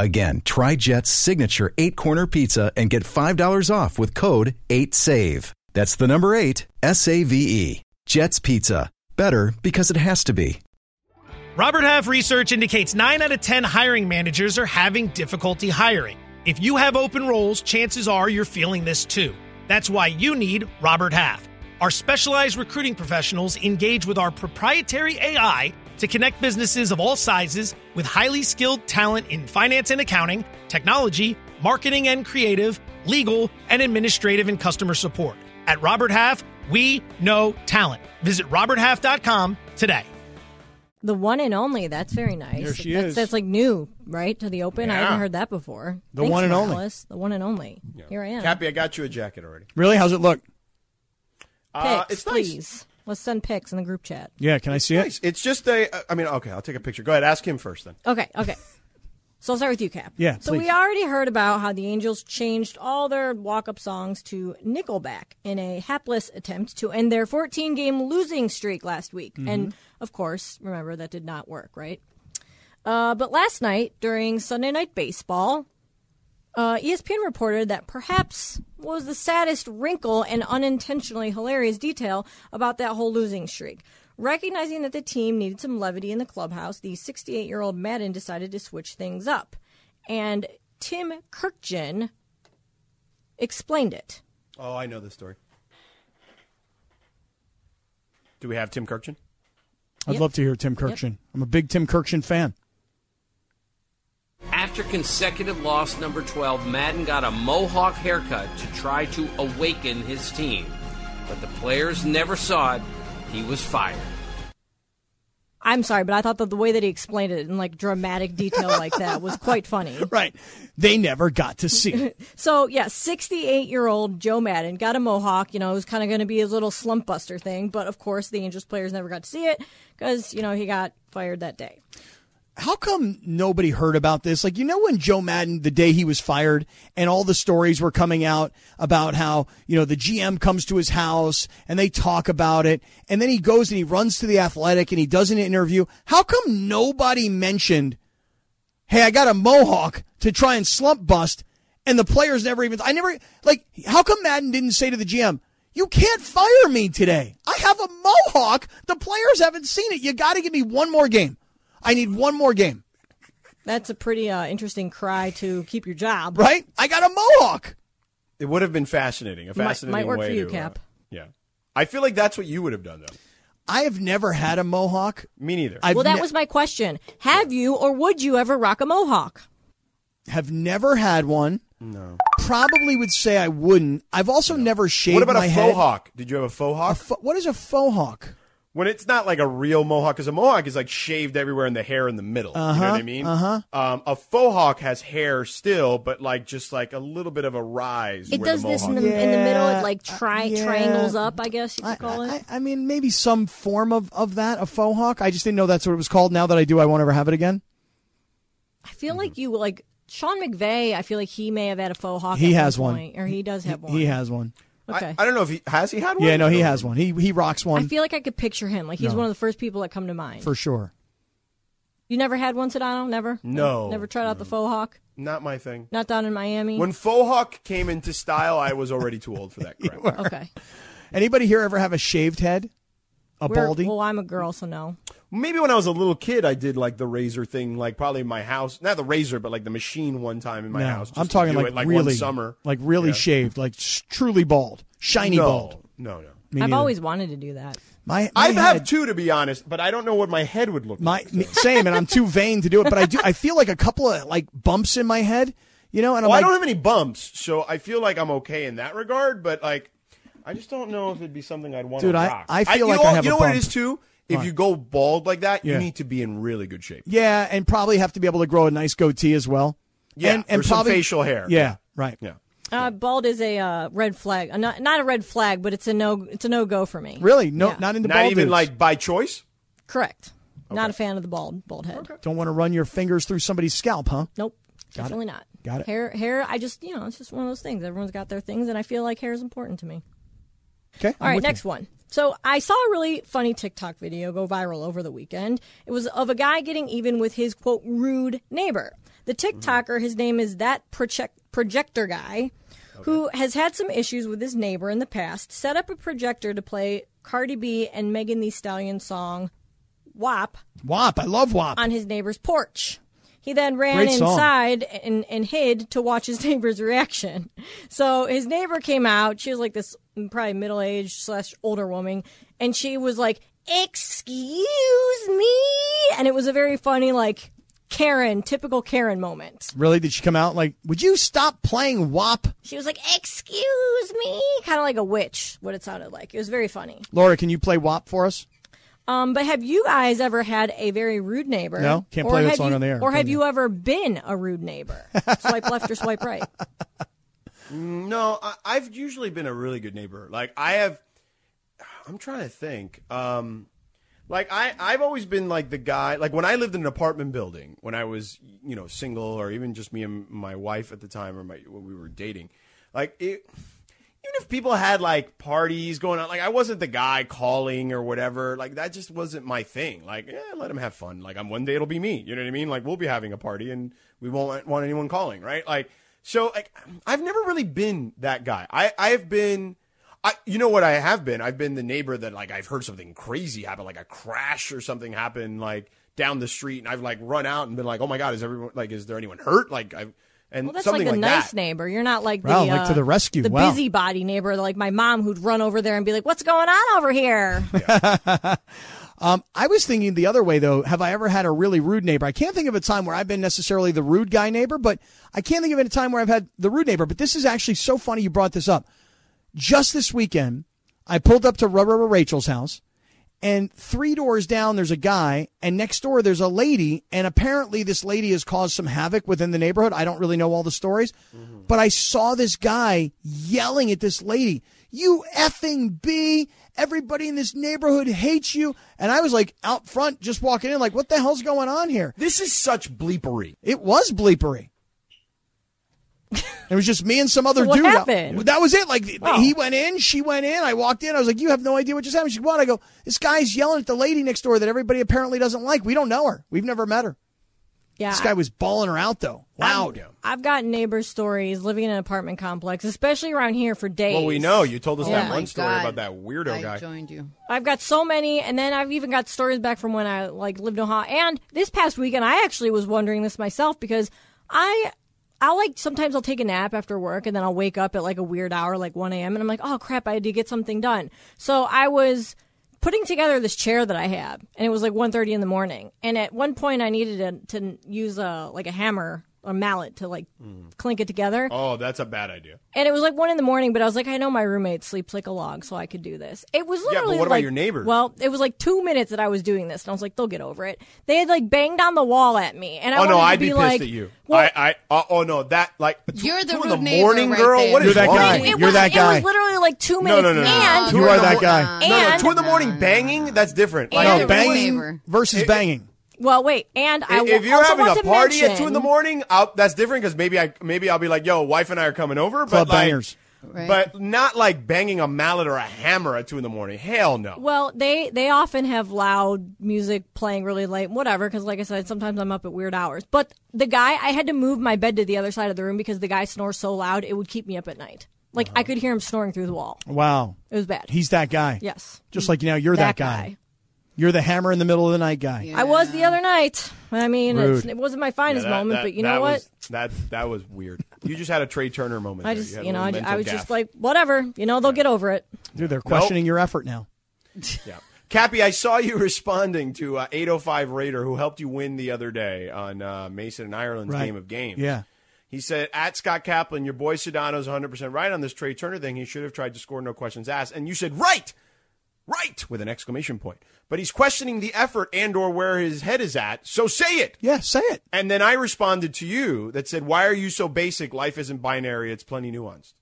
F: Again, try Jet's signature eight corner pizza and get $5 off with code 8SAVE. That's the number eight, S A V E. Jet's Pizza. Better because it has to be.
H: Robert Half research indicates 9 out of 10 hiring managers are having difficulty hiring. If you have open roles, chances are you're feeling this too. That's why you need Robert Half. Our specialized recruiting professionals engage with our proprietary AI to connect businesses of all sizes with highly skilled talent in finance and accounting, technology, marketing and creative, legal, and administrative and customer support. At Robert Half, we know talent. Visit roberthalf.com today.
G: The one and only. That's very nice.
C: There she
G: that's,
C: is.
G: That's like new, right? To the open. I
A: Yeah.
G: haven't heard that before.
C: The
G: Thanks,
C: one and only.
G: Morales. The one and only. Here I am.
A: Cappy, I got you a jacket already.
C: Really? How's it look?
A: Uh,
G: Pics,
A: it's nice.
G: please. Let's send pics in the group chat.
C: Yeah, can I see
A: Nice. It's just a. uh, I mean, okay, I'll take a picture. Go ahead, ask him first then.
G: Okay, okay. So I'll start with you, Cap.
C: Yeah,
G: So
C: please.
G: we already heard about how the Angels changed all their walk-up songs to Nickelback in a hapless attempt to end their 14-game losing streak last week. And of course, remember that did not work, right? Uh, but last night during Sunday Night Baseball, uh, ESPN reported that perhaps was the saddest wrinkle and unintentionally hilarious detail about that whole losing streak. Recognizing that the team needed some levity in the clubhouse, the 68 year old Madden decided to switch things up. And Tim Kirkjian explained it.
A: Oh, I know this story. Do we have Tim Kirkchen?
C: I'd love to hear Tim Kirkchen. I'm a big Tim Kirkchen fan.
I: After consecutive loss number 12, Madden got a mohawk haircut to try to awaken his team. But the players never saw it. He was fired.
G: I'm sorry, but I thought that the way that he explained it in like dramatic detail like that was quite funny.
C: Right. They never got to see it.
G: So yeah, sixty-eight-year-old Joe Madden got a mohawk. You know, it was kind of going to be his little slump buster thing, but of course, the Angels players never got to see it because you know he got fired that day.
C: How come nobody heard about this? Like, you know, when Joe Madden, the day he was fired, and all the stories were coming out about how, you know, the GM comes to his house and they talk about it. And then he goes and he runs to the athletic and he does an interview. How come nobody mentioned, hey, I got a mohawk to try and slump bust? and the players never even. I never like. How come Madden didn't say to the GM, "You can't fire me today. I have a mohawk. The players haven't seen it. You got to give me one more game. I need one more game,
G: That's a pretty uh, interesting cry to keep your job.
C: right? I got a mohawk.
A: It would have been fascinating. A
G: might
A: fascinating
G: work
A: way
G: for you,
A: to, uh,
G: Cap.
A: yeah, I feel like that's what you would have done though.
C: I have never had a mohawk.
A: Me neither.
C: I've
G: Well, that
C: ne-
G: was my question. Have you or would you ever rock a mohawk?
C: have never had one. No. Probably would say I wouldn't. I've also never shaved
A: what about
C: my
A: a
C: head.
A: faux hawk? Did you have a faux
C: A
A: hawk?
C: fo- what is a faux hawk?
A: when it's not like a real mohawk, because a mohawk is like shaved everywhere and the hair in the middle. you
C: Uh-huh,
A: know what I mean? Uh huh. Um, a faux hawk has hair still, but like just like a little bit of a rise.
J: It
A: where
J: does
A: the
J: this in
A: mohawk-
J: the, in the middle.
C: Yeah,
J: It like
C: uh,
J: tri-
C: yeah.
J: triangles up, I guess you
C: I,
J: could call it.
C: I, I mean, maybe some form of, of that, a faux hawk. I just didn't know that's what it was called. Now that I do, I won't ever have it again.
G: I feel like you like Sean McVay. I feel like he may have had a faux hawk.
C: He
G: at
C: has one.
G: point, or he does have one.
C: He has one.
G: Okay.
A: I, I don't know if he has he had one.
C: Yeah, no, he has one. He he rocks
G: I
C: one
G: feel like I could picture him. Like he's one of the first people that come to mind.
C: for sure.
G: you never had one, Sedano? Never.
A: No.
G: Never tried out the faux hawk.
A: Not my thing.
G: Not down in Miami.
A: When faux hawk came into style, I was already too old for that crap.
G: okay.
C: Anybody here ever have a shaved head? A
G: We're-
C: baldy?
G: Well, I'm a girl, so no.
A: Maybe when I was a little kid, I did like the razor thing, like probably in my house. Not the razor, but like the machine one time in my
C: no,
A: house. just
C: I'm
A: to
C: talking
A: do
C: like,
A: it, like
C: really
A: one summer.
C: like really
A: Yeah.
C: shaved, like s- truly bald, shiny
A: no,
C: bald.
A: No, no.
C: Me
G: I've
C: neither.
G: always wanted to do that.
C: my, my
A: I have
C: head-
A: two to be honest, but I don't know what my head would look
C: My
A: like.
C: me- same, and I'm too vain to do it. But I do. I feel like a couple of like bumps in my head, you know. And I'm
A: Well, I
C: like,
A: don't have any bumps, so I feel like I'm okay in that regard. But like, I just don't know if it'd be something I'd want
C: Dude,
A: to
C: I-
A: rock.
C: I feel
A: you
C: like
A: know,
C: I have
A: You
C: a
A: know what it
C: bump.
A: is too. If you go bald like that,
C: Yeah.
A: you need to be in really good shape.
C: yeah, and probably have to be able to grow a nice goatee as well.
A: Yeah,
C: and, and
A: or some
C: probably
A: facial hair.
C: Yeah, right.
A: yeah.
G: Uh, bald is a uh, red flag. Uh, not not a red flag, but it's a no. It's a no go for me.
C: Really? No,
G: Yeah.
C: not into
A: Not
C: bald
A: even
C: dudes.
A: like by choice.
G: Correct. Not a fan of the bald bald head.
C: Don't want to run your fingers through somebody's scalp, huh?
G: Nope. definitely not.
C: Got it.
G: Hair hair. I just you know it's just one of those things. Everyone's got their things, and I feel like hair is important to me.
C: Okay.
G: All right, next one. So I saw a really funny TikTok video go viral over the weekend. It was of a guy getting even with his quote rude neighbor. The TikToker, his name is that project, projector guy, who has had some issues with his neighbor in the past. Set up a projector to play Cardi B and Megan Thee Stallion song "WAP"
C: Wop. I love wop.
G: on his neighbor's porch. He then ran
C: Great song.
G: inside and, and hid to watch his neighbor's reaction. So his neighbor came out. She was like this probably middle aged slash older woman, and she was like, "Excuse me," and it was a very funny like Karen, typical Karen moment.
C: Really? Did she come out like? Would you stop playing wop,
G: She was like, "Excuse me," kind of like a witch. What it sounded like. It was very funny.
C: Laura? Can you play wop for us?
G: Um, but have you guys ever had a very rude neighbor?
C: No, can't
G: Or
C: play that
G: have
C: song
G: you-
C: on the air,
G: Or
C: can
G: have
C: you?
G: you ever been a rude neighbor? swipe left or swipe right.
A: No, I, I've usually been a really good neighbor. Like I have, I'm trying to think. Um, like I, I've always been like the guy. Like when I lived in an apartment building, when I was you know single, or even just me and my wife at the time, or my when we were dating, like it. Even if people had like parties going on, like I wasn't the guy calling or whatever. Like that just wasn't my thing. Like, eh, let them have fun. Like, I'm one day it'll be me. You know what I mean? Like, we'll be having a party and we won't want anyone calling, right? Like, so like I've never really been that guy. I I've been I, you know what I have been? I've been the neighbor that like I've heard something crazy happen, like a crash or something happen, like down the street, and I've like run out and been like, "Oh my god, is everyone like, is there anyone hurt?" Like, I've and
G: Well, that's
A: something
G: like
A: like,
G: the nice
A: that.
G: neighbor. You're not like
C: Wow,
G: the
C: like
G: uh,
C: to the rescue.
G: the
C: Wow.
G: busybody neighbor, like my mom, who'd run over there and be like, "What's going on over here?"
C: I was thinking the other way though. Have I ever had a really rude neighbor? I can't think of a time where I've been necessarily the rude guy neighbor, but I can't think of a time where I've had the rude neighbor. But this is actually so funny you brought this up. Just this weekend, I pulled up to Rubber Rubber Rachel's house, and three doors down there's a guy, and next door there's a lady, and apparently this lady has caused some havoc within the neighborhood. I don't really know all the stories, but I saw this guy yelling at this lady, "You effing b! Everybody in this neighborhood hates you!" And I was like out front, just walking in, like, "What the hell's going on here?"
A: This is such bleepery.
C: It was bleepery. It was just me and some other
G: So what
C: dude.
G: happened?
C: That was it. Like he went in, she went in. I walked in. I was like, "You have no idea what just happened." She what? I go, "This guy's yelling at the lady next door that everybody apparently doesn't like. We don't know her. We've never met her.
G: Yeah,
C: This guy was balling her out though. Loud.
G: I've got neighbor stories living in an apartment complex, especially around here for days.
A: Well, we know you told us
G: Yeah.
A: that
G: Oh My
A: one story
B: God.
A: about that weirdo
B: I
A: guy.
B: joined you.
G: I've got so many, and then I've even got stories back from when I like lived in Ohio. And this past weekend, I actually was wondering this myself because I, I like sometimes I'll take a nap after work, and then I'll wake up at like a weird hour, like one a.m., and I'm like, oh crap, I had to get something done. So I was putting together this chair that I have, and it was like 1.30 in the morning. And at one point, I needed to, to use a like a hammer. or mallet to like clink it together.
A: Oh, that's a bad idea.
G: And it was like one in the morning, but I was like, I know my roommate sleeps like a log, so I could do this. It was
A: but
G: literally
A: what about
G: like-
A: your neighbor?
G: Well, it was like two minutes that I was doing this, and I was like, they'll get over it. They had like banged on the wall at me, and I
A: oh
G: wanted
A: no,
G: to
A: I'd
G: be,
A: be, pissed
G: like,
A: at you.
G: Well,
A: I, I, uh, oh no, that like two-
B: You're the
A: two in
B: rude
A: the
B: neighbor
A: morning,
B: right
A: girl.
B: there.
A: What is
C: You're that
A: wrong
C: guy.
A: with you?
G: it
C: You're
G: was,
C: that guy.
G: It was literally like two
A: No,
G: minutes,
A: no, no, no.
G: and
A: Two
C: You
A: in
C: are
A: the
C: that
A: mor-
C: guy.
A: No, no,
G: And-
A: two in the morning banging. That's different.
G: And-
C: No,
G: You're
C: banging
B: rude.
C: versus banging.
G: well, wait, and I
A: if
G: wa-
A: you're
G: also
A: having
G: want
A: a
G: to
A: party at two
G: mention-
A: in the morning, I'll, that's different because maybe I maybe I'll be like, "Yo, wife and I are coming over," but
C: Club
A: like,
C: bangers.
B: Right.
A: but not like banging a mallet or a hammer at two in the morning. Hell no.
G: Well, they they often have loud music playing really late, whatever. Because like I said, sometimes I'm up at weird hours. But the guy, I had to move my bed to the other side of the room because the guy snores so loud it would keep me up at night. Like I could hear him snoring through the wall.
C: Wow.
G: It was bad.
C: He's that guy.
G: yes,
C: Just like now, you're that, guy. You're the hammer in the middle of the night guy.
G: I was the other night. I mean, it's,
C: Rude.
G: it wasn't my finest
A: Yeah, that-
G: moment,
A: that-
G: but you
A: that
G: know what?
A: Was, that that was weird. You just had a Trey Turner moment.
G: I
A: there.
G: just,
A: had a
G: you know, I,
A: little
G: I
A: mental
G: was
A: gaffe.
G: just like, whatever. You know, they'll get over it.
C: Dude, they're questioning your effort now.
A: yeah. Cappy, I saw you responding to uh, 805 Raider, who helped you win the other day on uh, Mason and Ireland's
C: Right.
A: game of games.
C: Yeah.
A: He said, at Scott Kaplan, your boy Sedano's 100% right on this Trey Turner thing. He should have tried to score, no questions asked. And you said, right, right, with an exclamation point. But he's questioning the effort and or where his head is at, so say it.
C: Yeah, say it.
A: And then I responded to you that said, why are you so basic? Life isn't binary. It's plenty nuanced.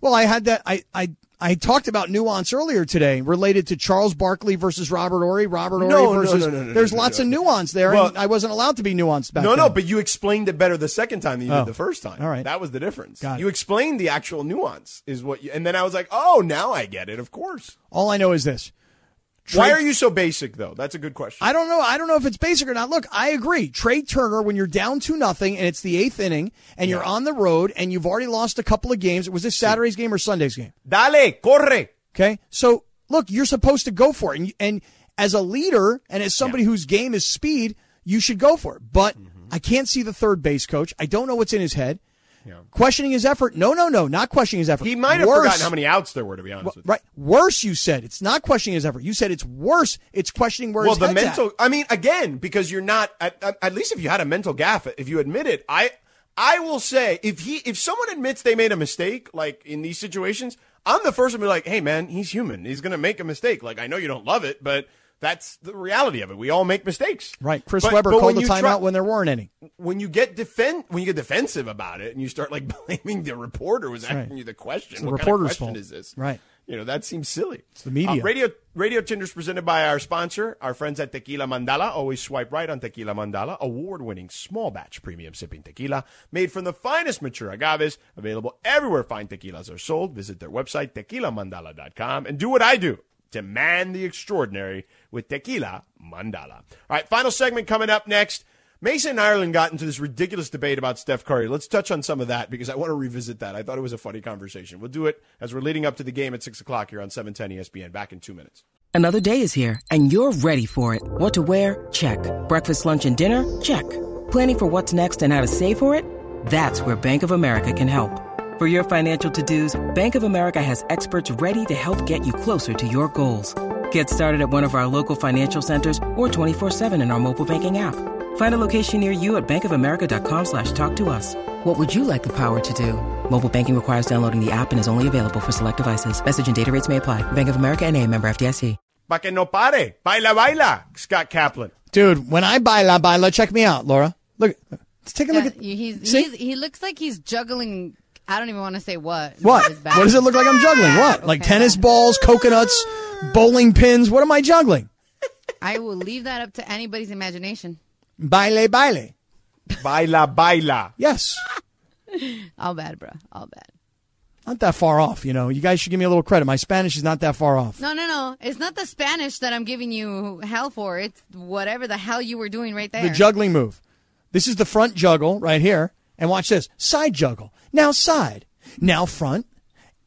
C: Well, I had that. I I I talked about nuance earlier today, related to Charles Barkley versus Robert Ory. Robert Ory
A: No, no,
C: versus.
A: no, no, no,
C: there's
A: no,
C: lots
A: no.
C: of nuance there,
A: Well-
C: and I wasn't allowed to be nuanced back
A: No,
C: then.
A: no, but you explained it better the second time than you
C: Oh.
A: did the first time.
C: All right.
A: that was the difference.
C: Got it.
A: You explained the actual nuance is what, you, and then I was like, oh, now I get it. Of course.
C: all I know is this.
A: Why
C: Trey-
A: are you so basic though? That's a good question.
C: I don't know. I don't know if it's basic or not. Look, I agree. Trey Turner, when you're down to nothing and it's the eighth inning and you're on the road and you've already lost a couple of games. Was this Saturday's game or Sunday's game?
A: Dale, corre.
C: Okay. So look, you're supposed to go for it. And, and as a leader and as somebody whose game is speed, you should go for it. But
A: Mm-hmm.
C: I can't see the third base coach. I don't know what's in his head. Questioning his effort. No, no, no, not questioning his effort.
A: He might have
C: Worse-
A: forgotten how many outs there were. To be honest, with you.
C: Right. Worse, you said. It's not questioning his effort. You said it's worse. It's questioning where
A: Well,
C: his
A: the
C: head's at.
A: mental. I mean, again, because you're not. At, at- at least if you had a mental gaffe, if you admit it, I. I will say if he if someone admits they made a mistake, like in these situations, I'm the first to be like, "Hey, man, he's human. He's gonna make a mistake. Like, I know you don't love it, but that's the reality of it. We all make mistakes."
C: Right. Chris
A: But-
C: Webber
A: but
C: called
A: when
C: the
A: you
C: timeout
A: try-
C: when there weren't any.
A: when you get defend when you get defensive about it and you start like blaming the reporter was asking you the question.
C: It's the
A: what
C: reporter's
A: kind
C: fault.
A: of question is this?
C: Right.
A: You know, that seems silly. It's
C: the media.
A: radio Radio Tinder is presented by our sponsor, our friends at Tequila Mandala. Always swipe right on Tequila Mandala, award-winning small batch premium sipping tequila made from the finest mature agaves, available everywhere fine tequilas are sold. Visit their website tequilamandala.com and do what I do. Demand the extraordinary with Tequila Mandala. All right, final segment coming up next. Mason and Ireland got into this ridiculous debate about Steph Curry. Let's touch on some of that because I want to revisit that. I thought it was a funny conversation. We'll do it as we're leading up to the game at 6 o'clock here on E 710 ESPN. Back in two minutes.
J: Another day is here, and you're ready for it. What to wear? Check. Breakfast, lunch, and dinner? Check. Planning for what's next and how to save for it? That's where Bank of America can help. For your financial to-dos, Bank of America has experts ready to help get you closer to your goals. Get started at one of our local financial centers or 24-7 in our mobile banking app. Find a location near you at bankofamerica.com slash talk to us. What would you like the power to do? Mobile banking requires downloading the app and is only available for select devices. Message and data rates may apply. Bank of America and a member FDIC.
A: Pa que no pare. Baila, baila. Scott Kaplan.
C: Dude, when I baila baila, check me out, Laura. Look, let's take a look
B: Yeah,
C: at
B: he's,
C: See?
B: he's, he looks like he's juggling. I don't even want to say what.
C: what?
B: With his back.
C: What does it look like I'm juggling? What? Like
B: Okay,
C: tennis
B: bad.
C: balls, coconuts, bowling pins? What am I juggling?
B: I will leave that up to anybody's imagination.
C: Baile baile.
A: Baila, baila.
C: Yes.
B: All bad, bro. All bad.
C: Not that far off, you know. You guys should give me a little credit. My Spanish is not that far off.
B: No, no, no. It's not the Spanish that I'm giving you hell for. It's whatever the hell you were doing right there.
C: The juggling move. This is the front juggle right here. And watch this side juggle. Now side. Now front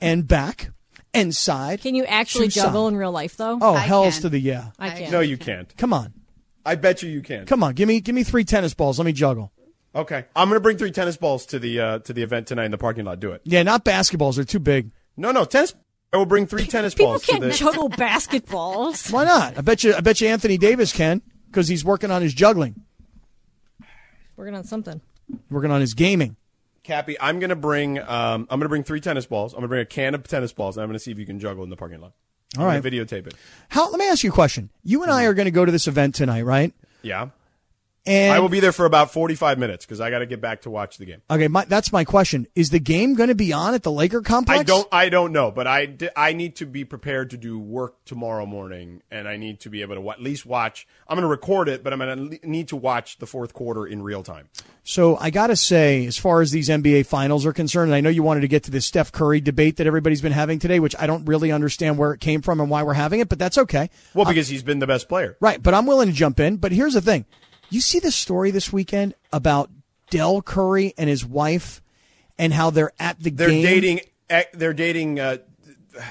C: and back and side.
G: Can you actually
C: to
G: juggle
C: side.
G: in real life though?
C: Oh, hells to the yeah.
G: I can't.
A: No, you can't.
C: Come on.
A: I bet you you can.
C: Come on. Give me give me three tennis balls. Let me juggle.
A: Okay, I'm gonna bring three tennis balls to the uh, to the event tonight in the parking lot. Do it.
C: Yeah, not basketballs. They're too big.
A: No, no tennis. I will bring three tennis
G: People
A: balls
G: can't
A: to the.
G: juggle basketballs.
C: Why not? I bet you I bet you Anthony Davis can because he's working on his juggling,
G: Working on something.
C: working on his gaming.
A: Cappy, I'm gonna bring um, I'm gonna bring three tennis balls. I'm gonna bring a can of tennis balls, and I'm gonna see if you can juggle in the parking lot.
C: All
A: I'm
C: right.
A: gonna videotape it.
C: How? Let me ask you a question. You and I are going to go to this event tonight, right?
A: Yeah,
C: And
A: I will be there for about 45 minutes because I got to get back to watch the game.
C: Okay, my, that's my question. Is the game going to be on at the Laker complex?
A: I don't I don't know, but I, di- I need to be prepared to do work tomorrow morning, and I need to be able to wa- at least watch. I'm gonna record it, but I'm gonna le- need to watch the fourth quarter in real time.
C: So I got to say, as far as these NBA finals are concerned, and I know you wanted to get to this Steph Curry debate that everybody's been having today, which I don't really understand where it came from and why we're having it, but that's okay.
A: Well, because he's been the best player.
C: Right, but I'm willing to jump in. But here's the thing. You see the story this weekend about Dell Curry and his wife and how they're at the
A: They're
C: game.
A: dating. eh, They're dating uh,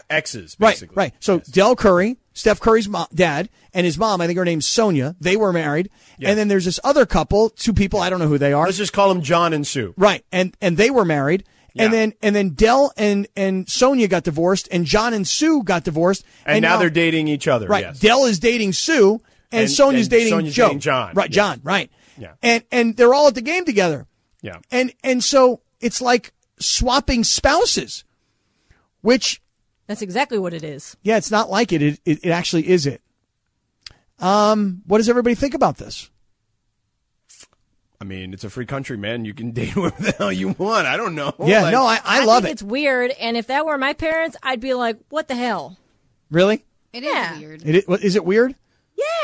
A: exes,
C: Right,
A: basically.
C: right. So Del Curry, Steph Curry's mo- dad, and his mom, I think her name's Sonia, they were married. And then there's this other couple, two people, I don't know who they are.
A: Let's just call them John and Sue.
C: Right. And and they were married. And
A: Yeah.
C: then and then Dell and and Sonia got divorced and John and Sue got divorced.
A: And, now, they're dating each other.
C: uh, Right.
A: Yes.
C: Dell is dating Sue and,
A: And-
C: Sonia's
A: and
C: dating
A: Sonia's
C: Joe.
A: dating John.
C: Right,
A: Yes.
C: John, right.
A: Yeah.
C: And and they're all at the game together.
A: yeah.
C: And and so it's like swapping spouses. Which
G: That's exactly what it is.
C: yeah, it's not like it. It, it, it actually is it. Um, what does everybody think about this?
A: I mean, it's a free country, man. You can date whoever the hell you want. I don't know.
C: yeah,
A: Like,
C: no, I, I, love
G: think
C: it.
G: It's weird, and if that were my parents, I'd be like, "What the hell?"
C: Really?
B: It is
G: Yeah.
B: weird.
C: It, i- is it weird?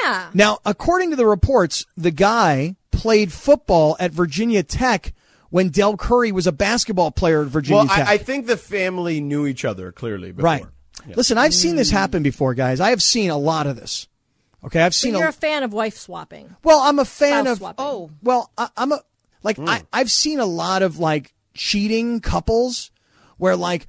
G: Yeah.
C: Now, according to the reports, the guy played football at Virginia Tech when Del Curry was a basketball player at Virginia
A: Well,
C: Tech.
A: I, I think the family knew each other clearly. Before.
C: right. Listen, I've seen this happen before, guys. I have seen a lot of this. Okay, I've
G: But
C: seen
G: you're
C: a
G: a fan of wife swapping.
C: Well, I'm a fan
G: Spouse
C: of.
G: swapping.
C: Oh, well, I, I'm a like I, I've seen a lot of like cheating couples where like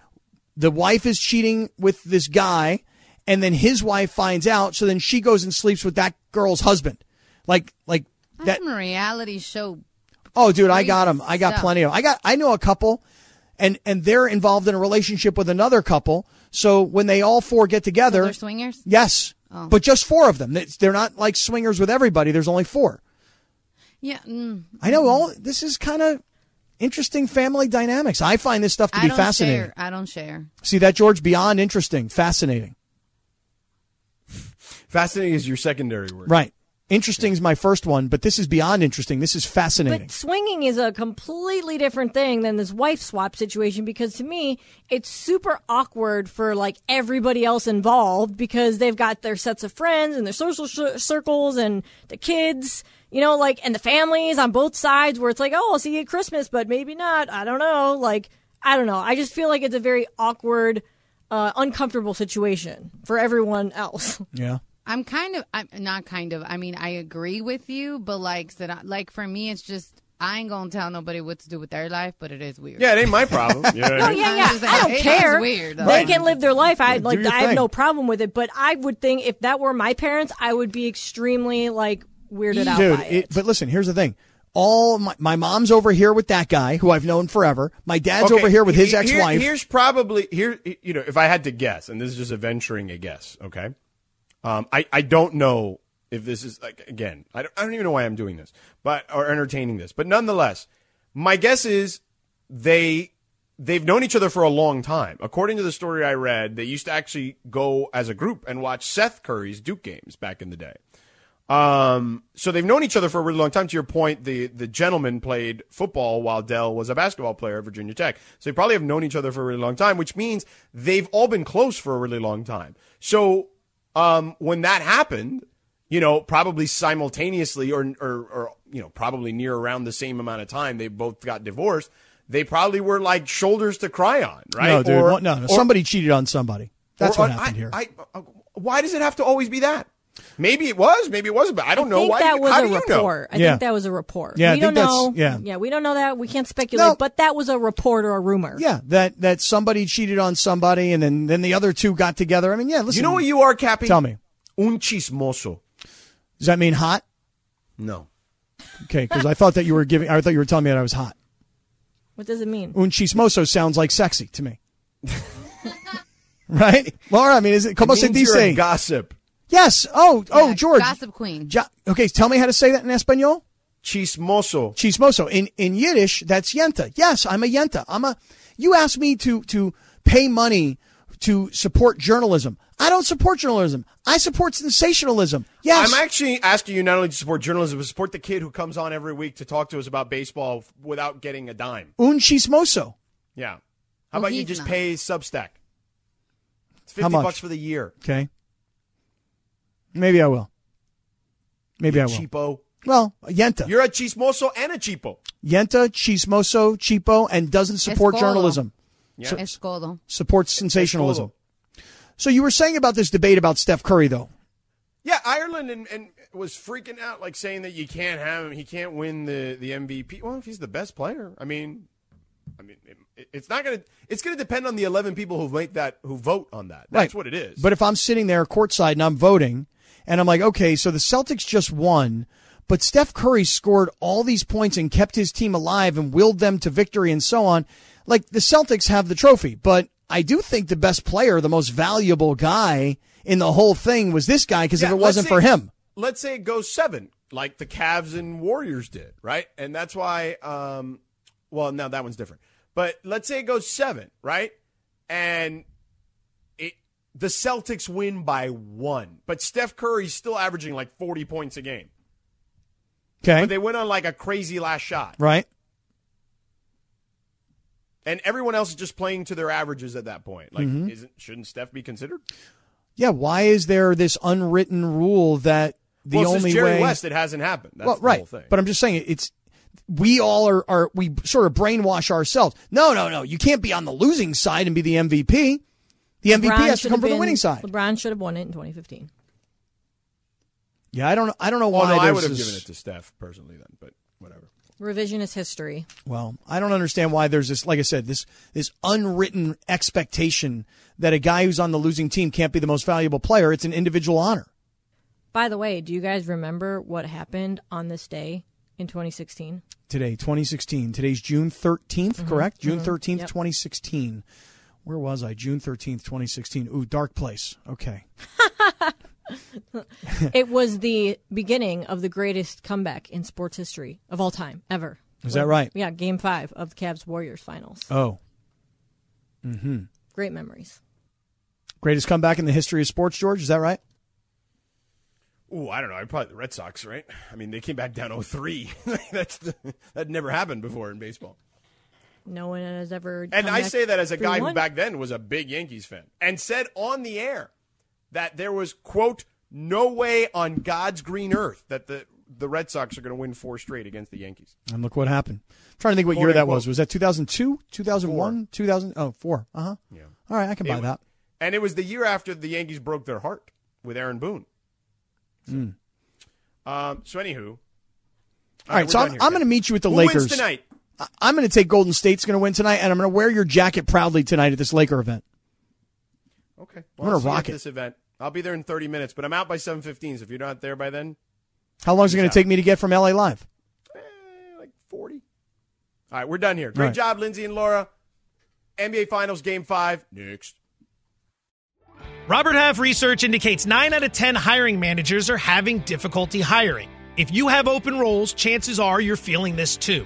C: the wife is cheating with this guy, and then his wife finds out, so then she goes and sleeps with that girl's husband, like like that.
B: I'm a reality show.
G: Mm-hmm.
C: Oh, dude, I got them. I got
B: stuff.
C: plenty of. I got. I know a couple, and and they're involved in a relationship with another couple. So when they all four get
B: So
C: together,
B: they're swingers.
C: yes,
G: Oh.
C: but just four of them. It's- They're not like swingers with everybody. There's only four.
B: Yeah. Mm,
C: I know all this is kind of interesting family dynamics. I find this stuff to
B: I
C: be
B: don't
C: fascinating.
B: share. I don't share.
C: See that George beyond interesting, fascinating.
A: Fascinating is your secondary word.
C: Right. Interesting is my first one, but this is beyond interesting. This is fascinating.
G: But swinging is a completely different thing than this wife swap situation because to me, it's super awkward for like everybody else involved because they've got their sets of friends and their social sh- circles and the kids, you know, like, and the families on both sides where it's like, oh, I'll see you at Christmas, but maybe not. I don't know. Like, I don't know. I just feel like it's a very awkward, uh, uncomfortable situation for everyone else.
C: yeah.
B: I'm kind of. I'm not kind of. I mean, I agree with you, but like, said I- like for me, it's just I ain't gonna tell nobody what to do with their life. But it is weird.
A: Yeah, it ain't my problem. You know what I
G: Oh
A: mean?
G: yeah,
B: I'm
G: yeah.
B: just
G: I
B: saying,
G: don't
B: it is
G: care.
B: weird,
G: they
B: though.
G: can live their life. I like.
C: your
G: I have
C: thing.
G: no problem with it. But I would think if that were my parents, I would be extremely like weirded out
C: Dude,
G: by it.
C: it- but listen, here's the thing. All my, my mom's over here with that guy who I've known forever. My dad's
A: Okay,
C: over here with his
A: he- he-
C: ex-wife.
A: here's probably here. You know, if I had to guess, and this is just adventuring a guess. Okay, um, I I don't know if this is like again. I don't, I don't even know why I'm doing this, but or entertaining this. But nonetheless, my guess is they they've known each other for a long time. According to the story I read, they used to actually go as a group and watch Seth Curry's Duke games back in the day. Um, so they've known each other for a really long time. To your point, the the gentleman played football while Dell was a basketball player at Virginia Tech. So they probably have known each other for a really long time, which means they've all been close for a really long time. So um, when that happened, you know, probably simultaneously or, or or you know, probably near around the same amount of time, they both got divorced. They probably were like shoulders to cry on, right?
C: No, dude.
A: Or-
C: what- no, no.
A: or-
C: somebody cheated on somebody. That's
A: or-
C: what happened
A: I- uh,
C: here.
A: I- why does it have to always be that? Maybe it was. Maybe it wasn't. But I don't know
G: think
A: why.
G: that
A: you-
G: was
A: how
G: a
A: do you know?
G: report. I
C: Yeah.
G: think that was a report.
C: Yeah, I
G: we don't
C: think that's-
G: know.
C: yeah.
G: we don't know that. We can't speculate,
C: No.
G: but that was a report or a rumor.
C: Yeah, that that somebody cheated on somebody, and then then the other two got together. I mean, yeah. Listen,
A: You know what you are, Cappy?
C: Tell me,
A: Un chismoso.
C: does that mean hot?
A: No.
C: Okay, because I thought that you were giving. I thought you were telling me that I was hot.
G: What does it mean?
C: Un chismoso sounds like sexy to me. right, Laura. I mean, is it como
A: It
C: se
A: means you're a
C: dice?
A: gossip.
C: Yes. Oh, oh, George.
B: Gossip queen.
C: Ja- okay, tell me how to say that in Espanol.
A: Chismoso.
C: Chismoso. In in Yiddish, that's yenta. Yes, I'm a yenta. I'm a. You asked me to to pay money to support journalism. I don't support journalism. I support sensationalism. Yes.
A: I'm actually asking you not only to support journalism, but support the kid who comes on every week to talk to us about baseball f- without getting a dime.
C: un chismoso.
A: Yeah. How
G: Oh,
B: Well,
A: about you
B: he's
A: just
B: not.
A: pay Substack? It's
C: How
A: fifty
C: much?
A: bucks for the year.
C: Okay. Maybe I will. Maybe I will.
A: Cheapo.
C: Well, yenta.
A: You're a chismoso and a cheapo.
C: yenta, chismoso, cheapo, and doesn't support
B: Escolo.
C: journalism.
A: Yeah.
B: Escodo.
C: Supports sensationalism. So you were saying about this debate about Steph Curry, though.
A: Yeah, Ireland and, and was freaking out, like saying that you can't have him. He can't win the, the MVP. Well, if he's the best player, I mean, I mean, it, it's not gonna. It's gonna depend on the eleven people who make that who vote on that. That's
C: Right.
A: what it is.
C: But if I'm sitting there courtside and I'm voting, and I'm like, okay, so the Celtics just won, but Steph Curry scored all these points and kept his team alive and willed them to victory and so on. Like the Celtics have the trophy, but I do think the best player, the most valuable guy in the whole thing was this guy because
A: Yeah,
C: if it
A: let's
C: wasn't
A: say-
C: for him,
A: let's say it goes seven, like the Cavs and Warriors did, right? And that's why. Um, well, now that one's different. But let's say it goes seven, right? And it the Celtics win by one, but Steph Curry's still averaging like forty points a game.
C: okay,
A: But they went on like a crazy last shot.
C: right?
A: And everyone else is just playing to their averages at that point. Like,
C: Mm-hmm.
A: isn't shouldn't Steph be considered?
C: Yeah. Why is there this unwritten rule that the
A: well,
C: only
A: since Jerry
C: way
A: West, it hasn't happened. That's
C: well,
A: the
C: right.
A: whole thing.
C: But I'm just saying it's we all are, are we sort of brainwash ourselves. No, no, no. You can't be on the losing side and be the MVP. The MVP
G: LeBron
C: has to
G: should
C: come from
G: have
C: the
G: been-
C: winning side.
G: LeBron should have won it in 2015.
C: Yeah, I don't I don't know
A: well,
C: why
A: Oh, no, I
C: there's
A: would have
C: this-
A: given it to Steph personally then, but whatever.
G: Revisionist history.
C: Well, I don't understand why there's this like I said, this this unwritten expectation that a guy who's on the losing team can't be the most valuable player. It's an individual honor.
G: By the way, do you guys remember what happened on this day in 2016?
C: today, 2016. Today's June 13th,
G: Mm-hmm.
C: correct? June 13th, 2016. Where was I? June 13th, 2016. Ooh, dark place. Okay.
G: it was the beginning of the greatest comeback in sports history of all time ever.
C: Is that right?
G: Yeah, game 5 of the Cavs Warriors finals.
C: Oh.
G: Great memories.
C: Greatest comeback in the history of sports, George. Is that right?
A: Ooh, I don't know. I probably the Red Sox, right? I mean, they came back down 03. That's the, that never happened before in baseball.
G: No one has ever
A: And
G: come
A: I
G: back
A: say that as a guy who
G: 3-1.
A: back then was a big Yankees fan and said on the air that there was quote no way on God's green earth that the the Red Sox are going to win four straight against the Yankees.
C: And look what happened. I'm trying to think what
A: Quote,
C: year that
A: unquote.
C: was. Was that 2002, 2001, 2000? Oh, four. Uh huh. Yeah. All right, I can buy
A: It-
C: that.
A: And it was the year after the Yankees broke their heart with Aaron Boone.
C: Hmm.
A: So, um, so anywho,
C: All right, so I'm, I'm going to meet you at the
A: Who
C: Lakers
A: wins tonight.
C: I- I'm going to take Golden State's going to win tonight, and I'm going to wear your jacket proudly tonight at this Laker event.
A: Okay,
C: gonna
A: I'll see you
C: rock
A: at
C: it.
A: This event, I'll be there in 30 minutes, but I'm out by 7:15. So if you're not there by then,
C: How long is it going
A: Yeah.
C: to take me to get from LA Live?
A: eh, like 40. All right, we're done here. Great
C: All right.
A: job, Lindsay and Laura. NBA Finals Game Five next.
H: Robert Half research indicates 9 out of 10 hiring managers are having difficulty hiring. If you have open roles, chances are you're feeling this too.